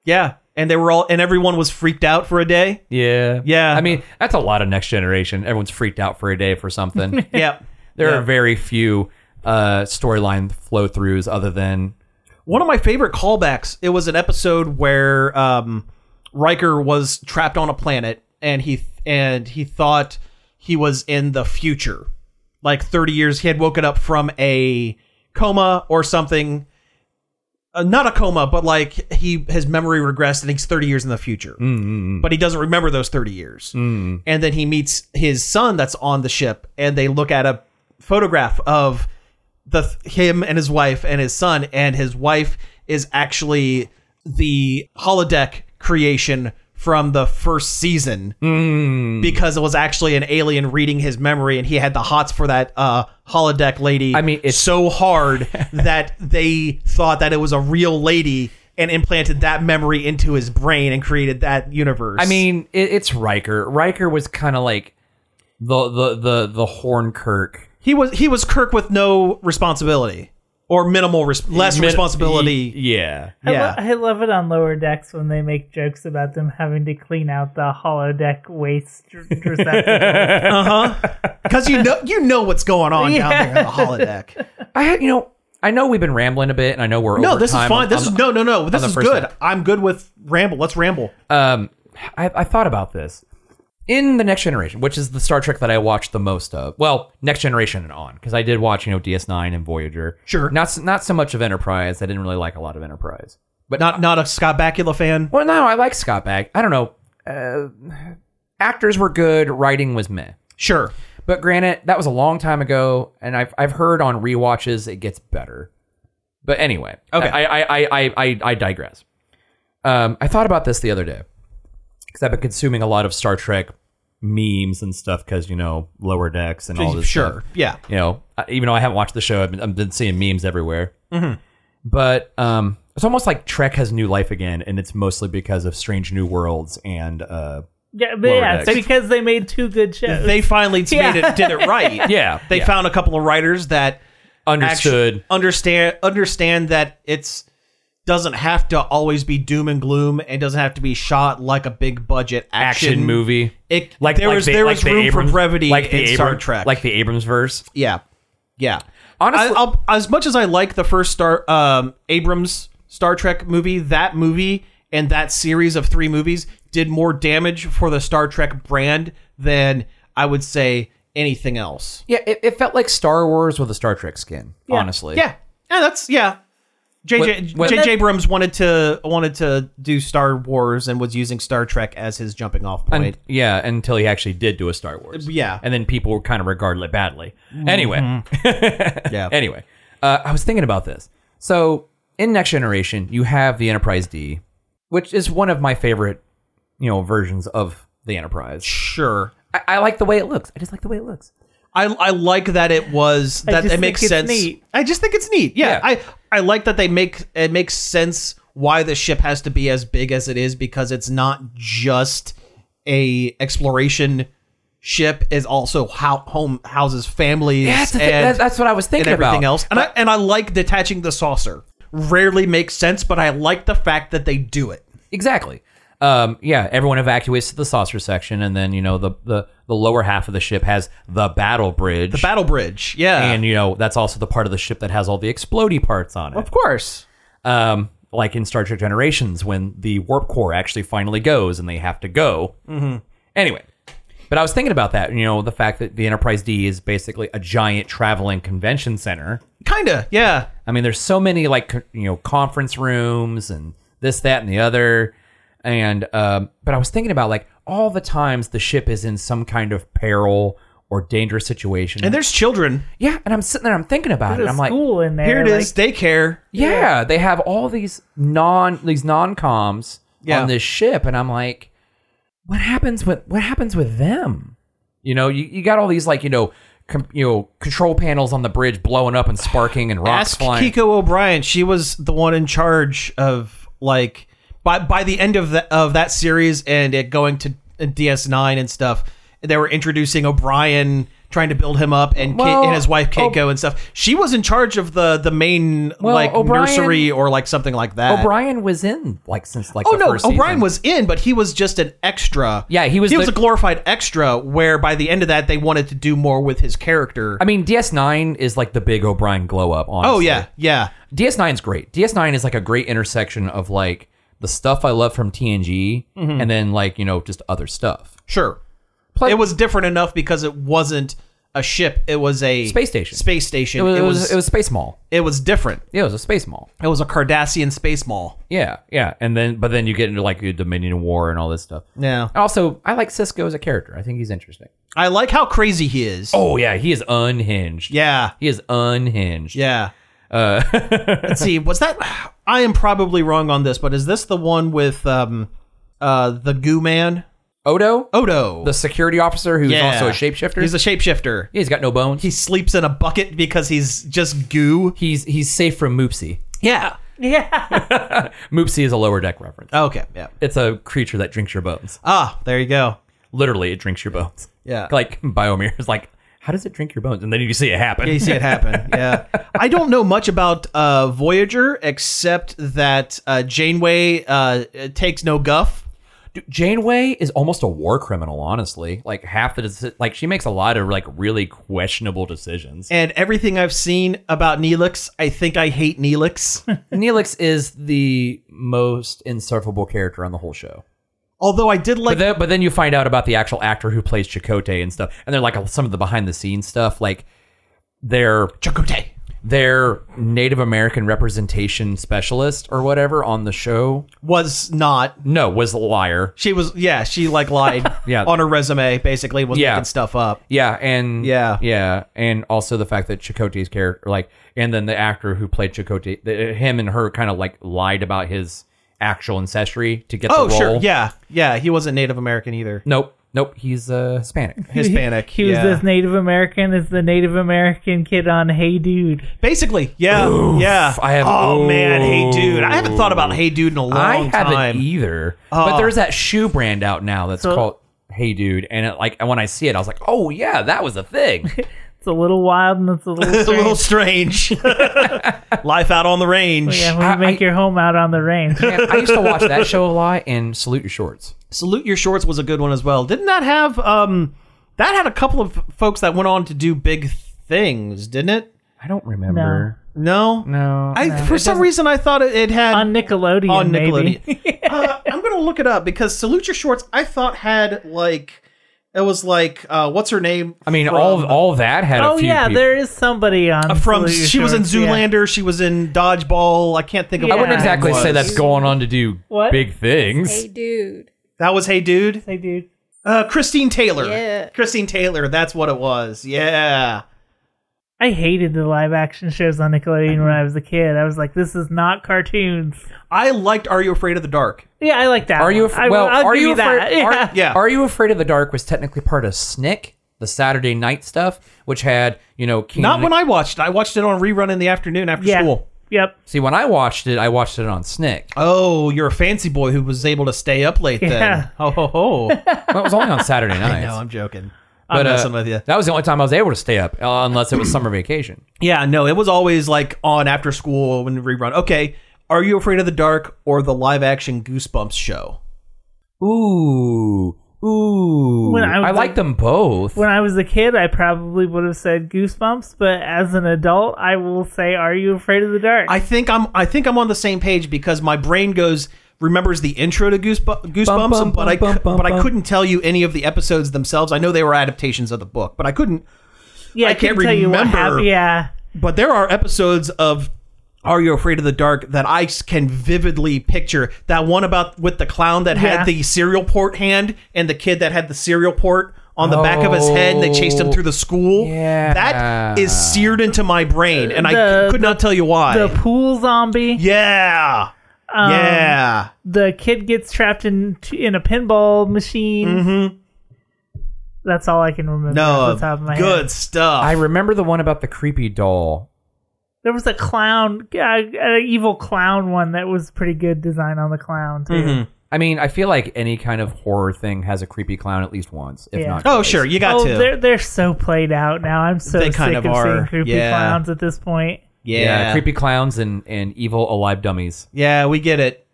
Speaker 3: yeah, and they were all and everyone was freaked out for a day.
Speaker 4: Yeah.
Speaker 3: Yeah.
Speaker 4: I mean, that's a lot of next generation. Everyone's freaked out for a day for something.
Speaker 3: Yeah.
Speaker 4: there
Speaker 3: Yeah.
Speaker 4: are very few uh, storyline flow throughs other than
Speaker 3: One of my favorite callbacks. It was an episode where um, Riker was trapped on a planet, and he and he thought he was in the future, like thirty years. He had woken up from a coma or something, uh, not a coma, but like he his memory regressed, and he's thirty years in the future.
Speaker 4: Mm,
Speaker 3: But he doesn't remember those thirty years. And then he meets his son that's on the ship, and they look at a photograph of the him and his wife and his son and his wife is actually the holodeck creation from the first season
Speaker 4: Mm,
Speaker 3: because it was actually an alien reading his memory and he had the hots for that uh holodeck lady
Speaker 4: I mean, it's-
Speaker 3: so hard that they thought that it was a real lady and implanted that memory into his brain and created that universe
Speaker 4: I mean, it, it's Riker. Riker was kind of like the the the the Horn Kirk.
Speaker 3: he was he was kirk with no responsibility or minimal res- less responsibility
Speaker 4: Yeah.
Speaker 2: I,
Speaker 3: yeah.
Speaker 2: lo- I love it on lower decks when they make jokes about them having to clean out the holodeck waste dr- receptacle.
Speaker 3: Because you know you know what's going on down there in the holodeck.
Speaker 4: I had you know I know we've been rambling a bit, and I know we're
Speaker 3: No,
Speaker 4: over
Speaker 3: this is
Speaker 4: time
Speaker 3: fine.
Speaker 4: on-
Speaker 3: This
Speaker 4: on
Speaker 3: is
Speaker 4: the-
Speaker 3: no, no, no. This
Speaker 4: the
Speaker 3: is
Speaker 4: first
Speaker 3: good.
Speaker 4: half.
Speaker 3: I'm good with ramble. Let's ramble.
Speaker 4: um I, I thought about this in the next generation which is the star trek that i watched the most of well next generation and on because i did watch you know ds9 and voyager
Speaker 3: Sure.
Speaker 4: not s- not so much of enterprise i didn't really like a lot of enterprise
Speaker 3: But not not a Scott Bakula fan.
Speaker 4: well no i like scott back i don't know uh, actors were good writing was meh
Speaker 3: Sure.
Speaker 4: but granted that was a long time ago and i've, I've heard on rewatches it gets better but anyway
Speaker 3: Okay.
Speaker 4: i i i i, I, I digress um, i thought about this the other day because i've been consuming a lot of star trek memes and stuff because you know lower decks and all this
Speaker 3: sure.
Speaker 4: stuff.
Speaker 3: Yeah.
Speaker 4: you know I- even though i haven't watched the show i've been, I've been seeing memes everywhere
Speaker 3: Mm-hmm.
Speaker 4: but um, it's almost like trek has new life again and it's mostly because of strange new worlds and uh,
Speaker 2: yeah, but
Speaker 4: Lower
Speaker 2: yeah, it's
Speaker 4: decks.
Speaker 2: because they made two good shows.
Speaker 3: They finally made it did it right.
Speaker 4: yeah
Speaker 3: They found a couple of writers that
Speaker 4: understood
Speaker 3: actu- understand understand that it's doesn't have to always be doom and gloom and doesn't have to be shot like a big budget action,
Speaker 4: action, movie.
Speaker 3: It
Speaker 4: like
Speaker 3: there
Speaker 4: like
Speaker 3: was
Speaker 4: the-
Speaker 3: there
Speaker 4: like
Speaker 3: was
Speaker 4: the
Speaker 3: room
Speaker 4: Abrams,
Speaker 3: for brevity
Speaker 4: like the
Speaker 3: in Star
Speaker 4: Abram-
Speaker 3: Trek.
Speaker 4: like the Abrams verse.
Speaker 3: Yeah, yeah.
Speaker 4: Honestly-
Speaker 3: I, I'll, as much as I like the first Star um, Abrams Star Trek movie, that movie and that series of three movies did more damage for the Star Trek brand than I would say anything else.
Speaker 4: Yeah, it, it felt like Star Wars with a Star Trek skin. Honestly,
Speaker 3: Yeah, yeah. That's yeah. JJ
Speaker 4: What- what-
Speaker 3: JJ Abrams wanted to wanted to do Star Wars and was using Star Trek as his jumping off point.
Speaker 4: And- yeah. Until he actually did do a Star Wars.
Speaker 3: Yeah.
Speaker 4: and then people were kind of regarded it badly. Anyway,
Speaker 3: yeah.
Speaker 4: anyway, uh, I was thinking about this. So in Next Generation, you have the Enterprise D, which is one of my favorite, you know, versions of the Enterprise.
Speaker 3: sure.
Speaker 4: I, I like the way it looks. I just like the way it looks.
Speaker 3: I, I like that it was that
Speaker 2: just
Speaker 3: it makes
Speaker 2: think
Speaker 3: sense.
Speaker 2: it's neat.
Speaker 3: I just think it's neat. Yeah,
Speaker 4: Yeah.
Speaker 3: I I like that they make it makes sense why the ship has to be as big as it is because it's not just a exploration ship. Is also how home houses families
Speaker 4: Yeah, that's, the thing.
Speaker 3: and,
Speaker 4: That's- that's what I was
Speaker 3: and
Speaker 4: thinking
Speaker 3: everything
Speaker 4: about.
Speaker 3: else. And I and I like detaching the saucer. Rarely makes sense, but I like the fact that they do it.
Speaker 4: Exactly. Um, yeah, everyone evacuates to the saucer section, and then you know the, the the lower half of the ship has the battle bridge, the
Speaker 3: Battle bridge, yeah,
Speaker 4: and you know that's also the part of the ship that has all the explodey parts on it.
Speaker 3: of course.
Speaker 4: Um, like in Star Trek Generations, when the warp core actually finally goes, and they have to go. Mm-hmm. Anyway, but I was thinking about that. You know, the fact that the Enterprise D is basically a giant traveling convention center.
Speaker 3: Kinda, yeah.
Speaker 4: I mean, there's so many like co- you know conference rooms and this, that, and the other. And um, but I was thinking about like all the times the ship is in some kind of peril or dangerous situation.
Speaker 3: And there's children.
Speaker 4: yeah, and I'm sitting there, I'm thinking about
Speaker 2: There's
Speaker 4: it.
Speaker 2: a
Speaker 4: I'm like,
Speaker 2: school in there.
Speaker 3: Here it
Speaker 2: like,
Speaker 3: is, daycare.
Speaker 4: yeah, they have all these non these non coms
Speaker 3: Yeah.
Speaker 4: on this ship, and I'm like, what happens with what happens with them? You know, you, you got all these like you know. Com- you know, control panels on the bridge blowing up and sparking and rocks
Speaker 3: Ask
Speaker 4: flying.
Speaker 3: Kiko O'Brien. She was the one in charge of like by by the end of the, of that series and it going to DS9 and stuff. They were introducing O'Brien trying to build him up, and
Speaker 4: Well,
Speaker 3: Kit, and his wife Kate
Speaker 4: O-
Speaker 3: go and stuff. She was in charge of the the main
Speaker 4: Well,
Speaker 3: like
Speaker 4: O'Brien-
Speaker 3: nursery or like something like that.
Speaker 4: O'Brien was in like since like
Speaker 3: Oh
Speaker 4: the
Speaker 3: no,
Speaker 4: first season.
Speaker 3: O'Brien was in, but he was just an extra.
Speaker 4: Yeah, he was
Speaker 3: He
Speaker 4: the-
Speaker 3: was a glorified extra. Where by the end of that, they wanted to do more with his character.
Speaker 4: I mean, DS9 is like the big O'Brien glow up. Honestly.
Speaker 3: oh yeah, yeah.
Speaker 4: DS9 is great. DS9 is like a great intersection of like the stuff I love from TNG and then like, you know, just other stuff.
Speaker 3: Sure.
Speaker 4: Mm-hmm. Plus-
Speaker 3: it was different enough because it wasn't a ship. It was a
Speaker 4: Space station.
Speaker 3: Space station.
Speaker 4: It was, it was, Space Mall.
Speaker 3: different.
Speaker 4: Yeah, it was a Space Mall.
Speaker 3: It was a Cardassian space mall.
Speaker 4: Yeah, yeah. And then, but then you get into like the Dominion War and all this stuff.
Speaker 3: Yeah.
Speaker 4: Also, I like Cisco as a character. I think he's interesting.
Speaker 3: I like how crazy he is.
Speaker 4: Oh, yeah. He is unhinged.
Speaker 3: Yeah.
Speaker 4: He is unhinged.
Speaker 3: Yeah.
Speaker 4: Uh,
Speaker 3: Let's see. Was that? I am probably wrong on this, but is this the one with um, uh, the Goo Man
Speaker 4: Odo,
Speaker 3: Odo?
Speaker 4: the security officer who's
Speaker 3: Yeah.
Speaker 4: also a shapeshifter.
Speaker 3: He's a shapeshifter.
Speaker 4: Yeah, he's got no bones.
Speaker 3: He sleeps in a bucket because he's just goo.
Speaker 4: He's he's safe from Moopsie.
Speaker 3: Yeah.
Speaker 2: Yeah.
Speaker 4: Moopsie is a lower deck reference.
Speaker 3: Okay. Yeah.
Speaker 4: It's a creature that drinks your bones.
Speaker 3: Ah, there you go.
Speaker 4: Literally, it drinks your bones.
Speaker 3: Yeah.
Speaker 4: Like Biomir is like, how does it drink your bones? And then you see it happen.
Speaker 3: You see it happen. Yeah. I don't know much about uh, Voyager except that uh, Janeway uh, takes no guff.
Speaker 4: Dude, Janeway is almost a war criminal, honestly. Like half the deci- like she makes a lot of like really questionable decisions.
Speaker 3: And everything I've seen about Neelix, I think I hate Neelix.
Speaker 4: Neelix is the most insufferable character on the whole show.
Speaker 3: Although I did like.
Speaker 4: But then, but then you find out about the actual actor who plays Chakotay and stuff, and they're like some of the behind the scenes stuff, like they're
Speaker 3: Chakotay.
Speaker 4: their Native American representation specialist or whatever on the show.
Speaker 3: Was not.
Speaker 4: No, was a liar.
Speaker 3: She was. Yeah. She like lied.
Speaker 4: Yeah.
Speaker 3: On her resume, basically was
Speaker 4: Yeah.
Speaker 3: making stuff up.
Speaker 4: Yeah, and
Speaker 3: Yeah.
Speaker 4: yeah, and also the fact that Chakotay's character, like, and then the actor who played Chakotay, the, him and her kind of like lied about his actual ancestry to get
Speaker 3: Oh,
Speaker 4: the role.
Speaker 3: sure. Yeah. Yeah. He wasn't Native American either.
Speaker 4: Nope. Nope. He's uh, Hispanic.
Speaker 3: Hispanic.
Speaker 2: He was
Speaker 3: yeah.
Speaker 2: this Native American as the Native American kid on Hey Dude.
Speaker 3: Basically, yeah, yeah.
Speaker 4: I have-
Speaker 3: oh man, hey
Speaker 4: oof.
Speaker 3: dude, I haven't thought about hey dude in a long
Speaker 4: I haven't
Speaker 3: time. Oh.
Speaker 4: either. But there's that shoe brand out now that's
Speaker 2: So-
Speaker 4: called Hey Dude, and it, like, and when I see it, I was like, oh yeah, that was a thing.
Speaker 2: It's a little wild and it's a little
Speaker 3: it's a
Speaker 2: strange.
Speaker 3: little strange. Life out on the range.
Speaker 2: yeah, when
Speaker 4: I-
Speaker 2: you make
Speaker 4: I-
Speaker 2: your home out on the range.
Speaker 4: Man, I used to watch that show a lot and Salute Your Shorts.
Speaker 3: Salute your shorts was a good one as well. Didn't that have um that had a couple of folks that went on to do big things, didn't it?
Speaker 4: I don't remember.
Speaker 3: No,
Speaker 4: No.
Speaker 3: I for some reason I thought it, it had
Speaker 2: on Nickelodeon,
Speaker 3: on
Speaker 2: maybe.
Speaker 3: Nickelodeon. uh, I'm gonna look it up because Salute Your Shorts I thought had like it was like uh what's her name?
Speaker 4: I mean, all all that had a
Speaker 2: Oh
Speaker 4: few
Speaker 2: yeah,
Speaker 4: people.
Speaker 2: there is somebody on.
Speaker 3: Uh, from
Speaker 2: Salute Your
Speaker 3: she was in
Speaker 2: Shorts, yeah.
Speaker 3: Zoolander, she was in Dodgeball. I can't think of.
Speaker 2: I
Speaker 4: I wouldn't
Speaker 2: Yeah,
Speaker 4: exactly say that's going on to do
Speaker 2: What?
Speaker 4: big things.
Speaker 5: Hey, dude.
Speaker 3: That was Hey Dude.
Speaker 2: Hey dude.
Speaker 3: Uh, Christine Taylor.
Speaker 5: Yeah.
Speaker 3: Christine Taylor. That's what it was. Yeah.
Speaker 2: I hated the live action shows on Nickelodeon when I was a kid. I was like, this is not cartoons.
Speaker 3: I liked Are You Afraid of the Dark?
Speaker 2: Yeah, I like that.
Speaker 4: Are you?
Speaker 2: one.
Speaker 4: Af-
Speaker 2: I will-
Speaker 4: well,
Speaker 2: I'll
Speaker 4: are
Speaker 2: give
Speaker 4: you
Speaker 2: you that?
Speaker 4: afraid? Are,
Speaker 3: Yeah.
Speaker 4: Are you afraid of the dark? Was technically part of SNICK, the Saturday night stuff, which had you know. Keenan
Speaker 3: Not when I watched it. I watched it on rerun in the afternoon after
Speaker 2: yeah.
Speaker 3: school.
Speaker 2: Yep.
Speaker 4: see when I watched it. I watched it on SNICK.
Speaker 3: Oh, you're a fancy boy who was able to stay up late
Speaker 2: Yeah.
Speaker 3: then. Oh, Ho ho ho.
Speaker 4: well, it was only on Saturday nights.
Speaker 3: no, I'm joking. I'm
Speaker 4: But, uh,
Speaker 3: messing with you.
Speaker 4: That was the only time I was able to stay up, uh, unless it was summer vacation.
Speaker 3: Yeah, no, it was always like on after school when rerun. Okay, Are You Afraid of the Dark or the live action Goosebumps show?
Speaker 4: Ooh, ooh.
Speaker 2: When I
Speaker 4: I,
Speaker 2: was
Speaker 4: like
Speaker 2: a-
Speaker 4: them both.
Speaker 2: When I was a kid, I probably would have said Goosebumps, but as an adult, I will say, Are you afraid of the dark?
Speaker 3: I think I'm I think I'm on the same page because my brain goes remembers the intro to Goosebumps, Goosebumps
Speaker 4: bum,
Speaker 3: but I
Speaker 4: bum,
Speaker 3: cou-
Speaker 4: bum,
Speaker 3: but I
Speaker 4: bum.
Speaker 3: couldn't tell you any of the episodes themselves. I know they were adaptations of the book, but I couldn't.
Speaker 2: yeah,
Speaker 3: I can't
Speaker 2: couldn't tell you what
Speaker 3: remember.
Speaker 2: happened. Yeah,
Speaker 3: But there are episodes of Are You Afraid of the Dark that I s- can vividly picture. That one about with the clown that
Speaker 2: Yeah.
Speaker 3: had the cereal port hand and the kid that had the cereal port on the back of his head and they chased him through the school.
Speaker 4: Oh, yeah.
Speaker 3: That is seared into my brain and I
Speaker 2: The-
Speaker 3: c- could not tell you why.
Speaker 2: the pool zombie.
Speaker 3: yeah.
Speaker 2: Um,
Speaker 3: yeah.
Speaker 2: The kid gets trapped in in a pinball machine. Mm-hmm. That's all I can remember. off
Speaker 3: No,
Speaker 2: the top of my
Speaker 3: good
Speaker 2: head.
Speaker 3: stuff.
Speaker 4: I remember the one about the creepy doll.
Speaker 2: There was a
Speaker 3: Mm-hmm.
Speaker 2: clown, uh, an evil clown one that was pretty good design on the clown too.
Speaker 4: I mean, I feel like any kind of horror thing has a creepy clown at least once, if
Speaker 2: Yeah.
Speaker 4: not.
Speaker 3: Oh,
Speaker 4: twice.
Speaker 3: sure, you got
Speaker 2: oh,
Speaker 3: to.
Speaker 2: they're they're so played out now. I'm so
Speaker 3: They
Speaker 2: sick
Speaker 3: kind
Speaker 2: of,
Speaker 3: of are,
Speaker 2: seeing creepy
Speaker 3: yeah.
Speaker 2: clowns at this point.
Speaker 3: yeah.
Speaker 4: Yeah.
Speaker 3: yeah,
Speaker 4: creepy clowns and and evil alive dummies.
Speaker 3: we get it.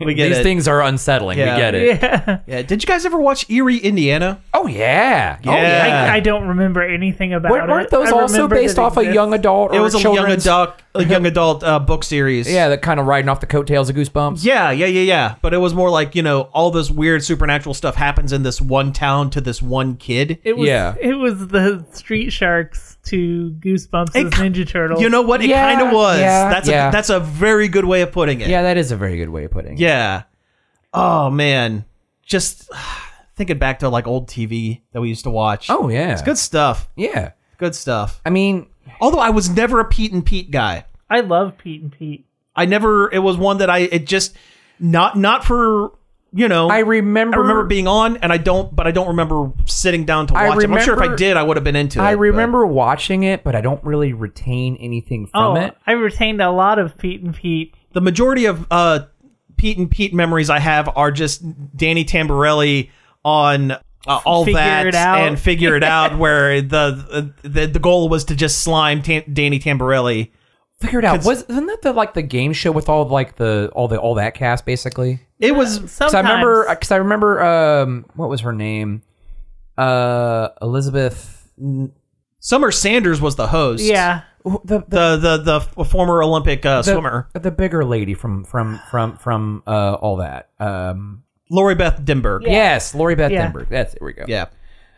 Speaker 3: We get
Speaker 4: These
Speaker 3: it.
Speaker 4: things are unsettling.
Speaker 3: Yeah.
Speaker 4: We get it.
Speaker 2: Yeah,
Speaker 3: yeah. Did you guys ever watch Eerie, Indiana?
Speaker 4: Oh yeah. Oh
Speaker 3: Yeah.
Speaker 2: I, I don't remember anything about
Speaker 4: Weren't,
Speaker 2: it.
Speaker 4: weren't those
Speaker 2: I
Speaker 4: also
Speaker 2: remember
Speaker 4: based
Speaker 2: that it
Speaker 4: off a
Speaker 2: exists.
Speaker 4: young adult or
Speaker 3: It was a young
Speaker 4: children's?
Speaker 3: adult, a young adult uh, book series.
Speaker 4: Yeah, that kind of riding off the coattails of Goosebumps.
Speaker 3: Yeah, yeah, yeah, yeah. But it was more like, you know, all this weird supernatural stuff happens in this one town to this one kid.
Speaker 2: It was
Speaker 4: Yeah.
Speaker 2: it was the Street Sharks to Goosebumps'
Speaker 3: It-
Speaker 2: Ninja Turtles.
Speaker 3: You know what? It
Speaker 4: Yeah,
Speaker 3: kind of was.
Speaker 4: yeah,
Speaker 3: that's
Speaker 4: yeah.
Speaker 3: a that's a very good way of putting it.
Speaker 4: Yeah, that is a very good way of putting. it.
Speaker 3: Yeah. Oh man, just thinking back to like old TV that we used to watch.
Speaker 4: Oh yeah.
Speaker 3: it's good stuff.
Speaker 4: Yeah.
Speaker 3: Good stuff.
Speaker 4: I mean,
Speaker 3: Although I was never a Pete and Pete guy.
Speaker 2: I love Pete and Pete.
Speaker 3: I never. It was one that I. It just not not for you know.
Speaker 4: I remember.
Speaker 3: I remember being on, and I don't, but I don't remember sitting down to watch
Speaker 4: I
Speaker 3: it. I'm sure if I
Speaker 4: remember-
Speaker 3: did, I would have been into it.
Speaker 4: I
Speaker 3: but-
Speaker 4: remember watching it, but I don't really retain anything
Speaker 2: Oh,
Speaker 4: from it.
Speaker 2: I retained a lot of Pete and Pete.
Speaker 3: the majority of uh, Pete and Pete memories I have are just Danny Tamborelli on uh, all
Speaker 2: Figure
Speaker 3: that
Speaker 2: It Out.
Speaker 3: and figure it out, where the, the the goal was to just slime Tan Danny Tamborelli.
Speaker 4: Figure it out. Was isn't that the like the game show with all like the all the all that cast basically?
Speaker 3: It was
Speaker 4: Because
Speaker 2: Sometimes
Speaker 4: I remember. Because I remember. Um, what was her name? Uh, Elizabeth.
Speaker 3: Summer Sanders was the host.
Speaker 2: yeah,
Speaker 4: who- The the,
Speaker 3: the the the former Olympic uh,
Speaker 4: the-
Speaker 3: swimmer
Speaker 4: the bigger lady from from from from uh all that. Um,
Speaker 3: Lori Beth Dimberg.
Speaker 4: yes, Lori Beth
Speaker 2: Yeah.
Speaker 4: Denberg. That's there we go.
Speaker 3: Yeah.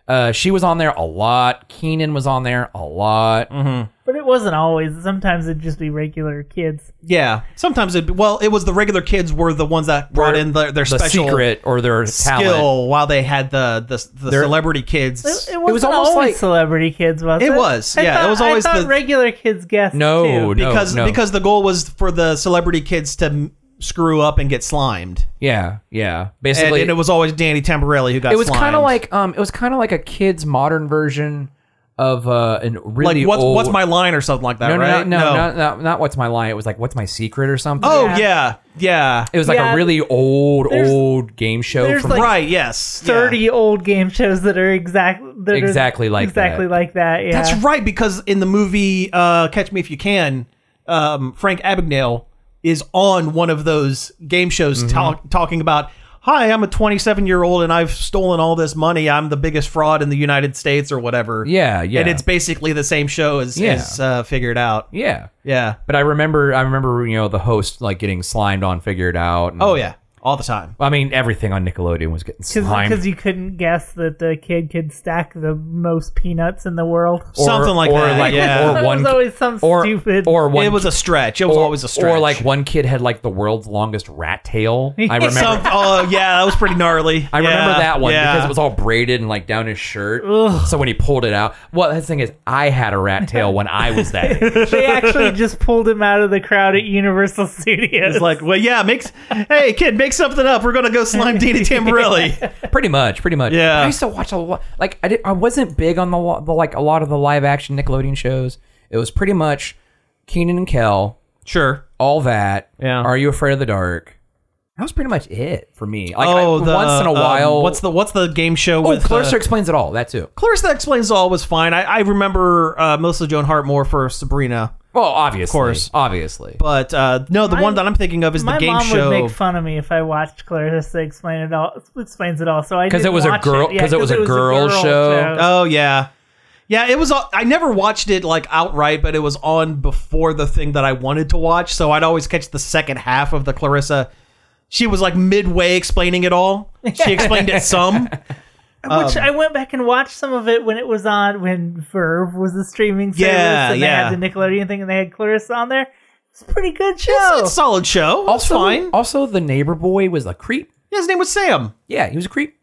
Speaker 4: Uh, she was on there a lot. Keenan was on there a lot.
Speaker 3: Mm-hmm.
Speaker 2: but it wasn't always. Sometimes it'd just be regular kids.
Speaker 3: Yeah. Sometimes it well, it was the regular kids were the ones that brought in their, their
Speaker 4: The
Speaker 3: special
Speaker 4: secret or their
Speaker 3: skill
Speaker 4: talent.
Speaker 3: while they had the the, the
Speaker 4: Their-
Speaker 3: celebrity kids.
Speaker 2: It, it, wasn't
Speaker 4: was almost
Speaker 2: always
Speaker 4: like-
Speaker 2: celebrity kids, was it?
Speaker 3: It was,
Speaker 2: I
Speaker 3: yeah, it
Speaker 2: thought-
Speaker 3: was always
Speaker 2: I thought
Speaker 3: the-
Speaker 2: regular kids guessed.
Speaker 4: No,
Speaker 2: too.
Speaker 4: no,
Speaker 3: because
Speaker 4: no.
Speaker 3: because the goal was for the celebrity kids to m- screw up and get slimed,
Speaker 4: yeah, yeah.
Speaker 3: and,
Speaker 4: Basically,
Speaker 3: and it was always Danny Tamborelli who got.
Speaker 4: it was kind
Speaker 3: slimed.
Speaker 4: of like um, it was kind of like a kid's modern version of uh, an really
Speaker 3: like what's
Speaker 4: old.
Speaker 3: what's my line or something like that,
Speaker 4: no, no,
Speaker 3: right?
Speaker 4: no, no, Not, not, not what's my line. It was like what's my secret or something.
Speaker 3: Oh
Speaker 2: Yeah.
Speaker 3: yeah, yeah,
Speaker 4: it was like
Speaker 2: Yeah.
Speaker 4: a really old
Speaker 2: There's-
Speaker 4: old game show
Speaker 2: there's
Speaker 4: from
Speaker 2: like
Speaker 3: right. Yes, yeah.
Speaker 2: thirty old game shows that are exactly that are
Speaker 4: Exactly like
Speaker 2: exactly
Speaker 4: that.
Speaker 2: like that. Yeah,
Speaker 3: That's right because in the movie uh, Catch Me If You Can, um, Frank Abagnale is on one of those game shows
Speaker 4: Mm-hmm.
Speaker 3: talk, talking about. Hi, I'm a 27 year old and I've stolen all this money. I'm the biggest fraud in the United States or whatever.
Speaker 4: Yeah, yeah.
Speaker 3: And it's basically the same show as,
Speaker 4: Yeah.
Speaker 3: as uh, Figured Out.
Speaker 4: yeah.
Speaker 3: Yeah.
Speaker 4: But I remember, I remember, you know, the host like getting slimed on, figured out. And,
Speaker 3: Oh yeah, all the time.
Speaker 4: I mean, everything on Nickelodeon was getting slimed.
Speaker 2: because you couldn't guess that the kid could stack the most peanuts in the world.
Speaker 4: or,
Speaker 3: Something like
Speaker 4: or
Speaker 3: that,
Speaker 4: Like,
Speaker 3: yeah.
Speaker 2: That
Speaker 4: Or one,
Speaker 2: was always some
Speaker 4: or,
Speaker 2: stupid.
Speaker 4: or one,
Speaker 3: it was a stretch. It was
Speaker 4: or,
Speaker 3: always a stretch.
Speaker 4: or like one kid had like the world's longest rat tail. I remember.
Speaker 3: Some- oh yeah, that was pretty gnarly.
Speaker 4: I remember
Speaker 3: Yeah,
Speaker 4: that one
Speaker 3: yeah.
Speaker 4: because it was all braided and like down his shirt. So when he pulled it out, well, the thing is, I had a rat tail when I was that age.
Speaker 2: they actually just pulled him out of the crowd at Universal Studios.
Speaker 3: It's like, well, yeah, makes. hey, kid, make something up. We're gonna go slime Dina Tamborelli.
Speaker 4: pretty much, pretty much.
Speaker 3: Yeah.
Speaker 4: I used to watch a lot. Like I did, I wasn't big on the, lo- the like a lot of the live action Nickelodeon shows. It was pretty much Keenan and Kel,
Speaker 3: sure.
Speaker 4: all that.
Speaker 3: Yeah.
Speaker 4: Are you afraid of the dark? That was pretty much it for me. Like I-
Speaker 3: Oh, the,
Speaker 4: once in a
Speaker 3: um,
Speaker 4: while.
Speaker 3: what's the what's the game show
Speaker 4: oh
Speaker 3: with uh,
Speaker 4: Clarissa explains it all. That too.
Speaker 3: Clarissa explains all was fine. I, I remember uh, Melissa Joan Hart more for Sabrina,
Speaker 4: Well, obviously, of
Speaker 3: course.
Speaker 4: obviously.
Speaker 3: but uh, no, the
Speaker 2: My-
Speaker 3: one that I'm thinking of is the
Speaker 2: My
Speaker 3: game
Speaker 2: mom
Speaker 3: show.
Speaker 2: would make fun of me if I watched Clarissa explain it all. Explains it all. So I
Speaker 4: Because it
Speaker 2: didn't
Speaker 4: was a
Speaker 2: watch
Speaker 4: girl-
Speaker 2: Yeah,
Speaker 4: 'cause it was a girl show.
Speaker 3: Oh yeah, yeah. It was. all- I never watched it like outright, but it was on before the thing that I wanted to watch, so I'd always catch the second half of the Clarissa. She was like midway explaining it all. She explained it some.
Speaker 2: Which I went back and watched some of it when it was on when Verve was the streaming service
Speaker 3: Yeah,
Speaker 2: and
Speaker 3: yeah.
Speaker 2: they had the Nickelodeon thing and they had Clarissa on there. It's a pretty good show.
Speaker 3: It's, it's a solid show. It's
Speaker 4: Also,
Speaker 3: fine.
Speaker 4: also the neighbor boy was a creep.
Speaker 3: His name was Sam.
Speaker 4: Yeah, he was a creep.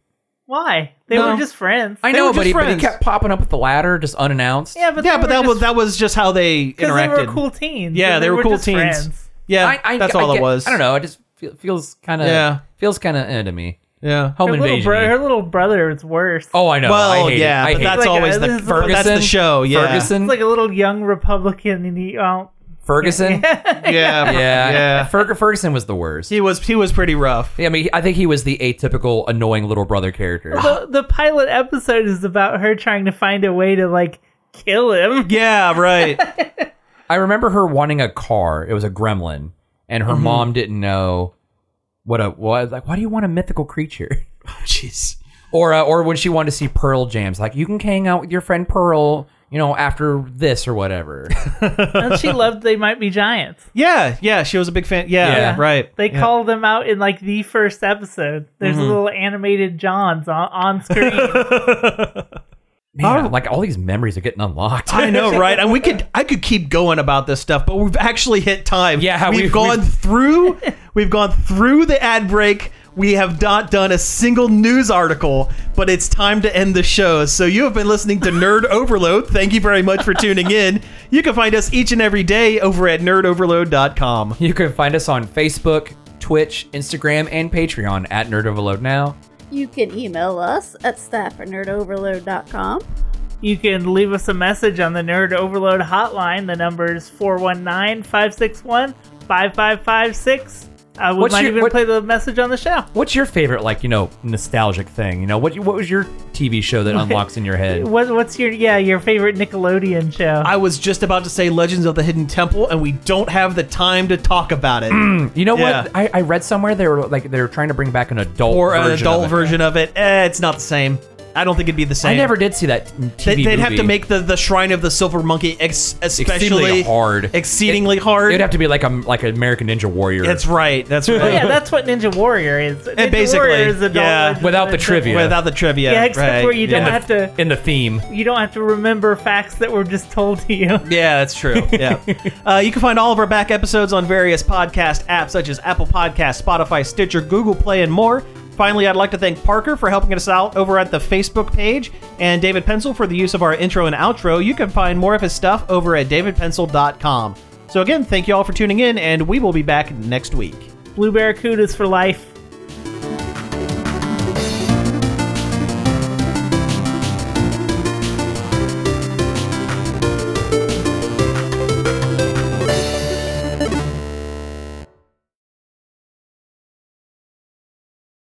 Speaker 2: Why? They
Speaker 3: No.
Speaker 2: were just friends.
Speaker 4: I
Speaker 3: They were
Speaker 4: know,
Speaker 3: just
Speaker 4: but he, but he
Speaker 3: friends.
Speaker 4: kept popping up at the ladder just unannounced.
Speaker 2: yeah, but
Speaker 3: yeah,
Speaker 2: they
Speaker 3: but
Speaker 2: were
Speaker 3: that
Speaker 2: just
Speaker 3: was that was just how they
Speaker 2: Because they
Speaker 3: interacted.
Speaker 2: were cool teens.
Speaker 3: Yeah,
Speaker 2: and
Speaker 3: they were cool
Speaker 2: just
Speaker 3: teens.
Speaker 2: friends.
Speaker 3: Yeah,
Speaker 4: I, I,
Speaker 3: that's
Speaker 4: I
Speaker 3: all
Speaker 4: get-
Speaker 3: it was.
Speaker 4: I don't know. I just feel, feels kind of
Speaker 3: Yeah.
Speaker 4: feels kind of eh to me.
Speaker 3: Yeah.
Speaker 4: Home
Speaker 2: Her little,
Speaker 4: invasion.
Speaker 2: bro- her little brother is worse.
Speaker 4: oh, I know.
Speaker 3: well,
Speaker 4: I hate
Speaker 3: yeah,
Speaker 4: it. I
Speaker 3: but
Speaker 4: hate
Speaker 3: that's
Speaker 2: Like,
Speaker 4: it.
Speaker 3: always
Speaker 2: uh,
Speaker 3: the
Speaker 2: this is
Speaker 3: Ferguson. That's the show. Yeah.
Speaker 4: Ferguson.
Speaker 2: It's like a little young Republican, and he, um, well,
Speaker 4: Ferguson. yeah,
Speaker 3: Yeah, yeah.
Speaker 4: Fer- Ferguson was the worst.
Speaker 3: He was he was pretty rough.
Speaker 4: Yeah, I mean, I think he was the atypical annoying little brother character.
Speaker 2: The, the pilot episode is about her trying to find a way to like kill him.
Speaker 3: Yeah, right.
Speaker 4: I remember her wanting a car. It was a gremlin, and
Speaker 3: Mm-hmm.
Speaker 4: her mom didn't know what a was like. Why do you want a mythical creature?
Speaker 3: Jeez.
Speaker 4: Or uh, or when she wanted to see Pearl Jams, like you can hang out with your friend Pearl, you know, after this or whatever.
Speaker 2: And she loved they might be giants.
Speaker 3: Yeah, yeah. She was a big fan. Yeah, Mm-hmm.
Speaker 4: Yeah.
Speaker 3: right.
Speaker 2: They call them out in like the first episode. There's little animated Johns on, on screen.
Speaker 4: Man, like all these memories are getting unlocked.
Speaker 3: I know, right? And we could I could keep going about this stuff, but we've actually hit time.
Speaker 4: Yeah,
Speaker 3: we've,
Speaker 4: we've-
Speaker 3: gone
Speaker 4: we've-
Speaker 3: through we've gone through the ad break. We have not done a single news article, but it's time to end the show. So you have been listening to Nerd Overload. Thank you very much for tuning in. You can find us each and every day over at nerdoverload.com.
Speaker 4: You can find us on Facebook, Twitch, Instagram, and Patreon at Nerd Overload Now.
Speaker 5: You can email us at staff at nerdoverload.com.
Speaker 2: you can leave us a message on the Nerd Overload hotline. The number is 419 561 5556. We
Speaker 4: What's
Speaker 2: might
Speaker 4: your-
Speaker 2: even
Speaker 4: what-
Speaker 2: play the message on the show.
Speaker 4: What's your favorite, like you know, nostalgic thing? You know, what what was your TV show that unlocks in your head?
Speaker 2: What, what's your yeah your favorite Nickelodeon show?
Speaker 3: I was just about to say Legends of the Hidden Temple, and we don't have the time to talk about it.
Speaker 4: You know
Speaker 3: Yeah.
Speaker 4: what? I, I read somewhere they were like they were trying to bring back an adult
Speaker 3: or
Speaker 4: version
Speaker 3: an
Speaker 4: of
Speaker 3: adult
Speaker 4: it.
Speaker 3: version of it. Eh, it's not the same. I don't think it'd be the same.
Speaker 4: I never did see that
Speaker 3: They,
Speaker 4: TV.
Speaker 3: would have to
Speaker 4: movie.
Speaker 3: make the, the Shrine of the Silver Monkey ex- especially
Speaker 4: Exceedingly hard.
Speaker 3: Exceedingly
Speaker 4: It
Speaker 3: hard.
Speaker 4: would have to be like a like an American Ninja Warrior.
Speaker 3: that's right. That's
Speaker 2: Oh,
Speaker 3: right.
Speaker 2: yeah, that's what Ninja Warrior is. Ninja
Speaker 3: basically,
Speaker 2: Warrior is adult
Speaker 3: yeah.
Speaker 2: Legends
Speaker 4: Without
Speaker 2: of
Speaker 4: the
Speaker 2: Ninja
Speaker 4: trivia.
Speaker 2: Warrior.
Speaker 3: Without the trivia.
Speaker 2: Yeah, except
Speaker 3: right.
Speaker 2: where you don't
Speaker 3: yeah.
Speaker 2: have to
Speaker 4: in the theme.
Speaker 2: you don't have to remember facts that were just told to you.
Speaker 3: Yeah, that's true. Yeah. uh, you can find all of our back episodes on various podcast apps such as Apple Podcasts, Spotify, Stitcher, Google Play, and more. Finally, I'd like to thank Parker for helping us out over at the Facebook page and David Pencil for the use of our intro and outro. You can find more of his stuff over at davidpencil.com. So, again, thank you all for tuning in, and we will be back next week.
Speaker 2: Blue Barracudas for life.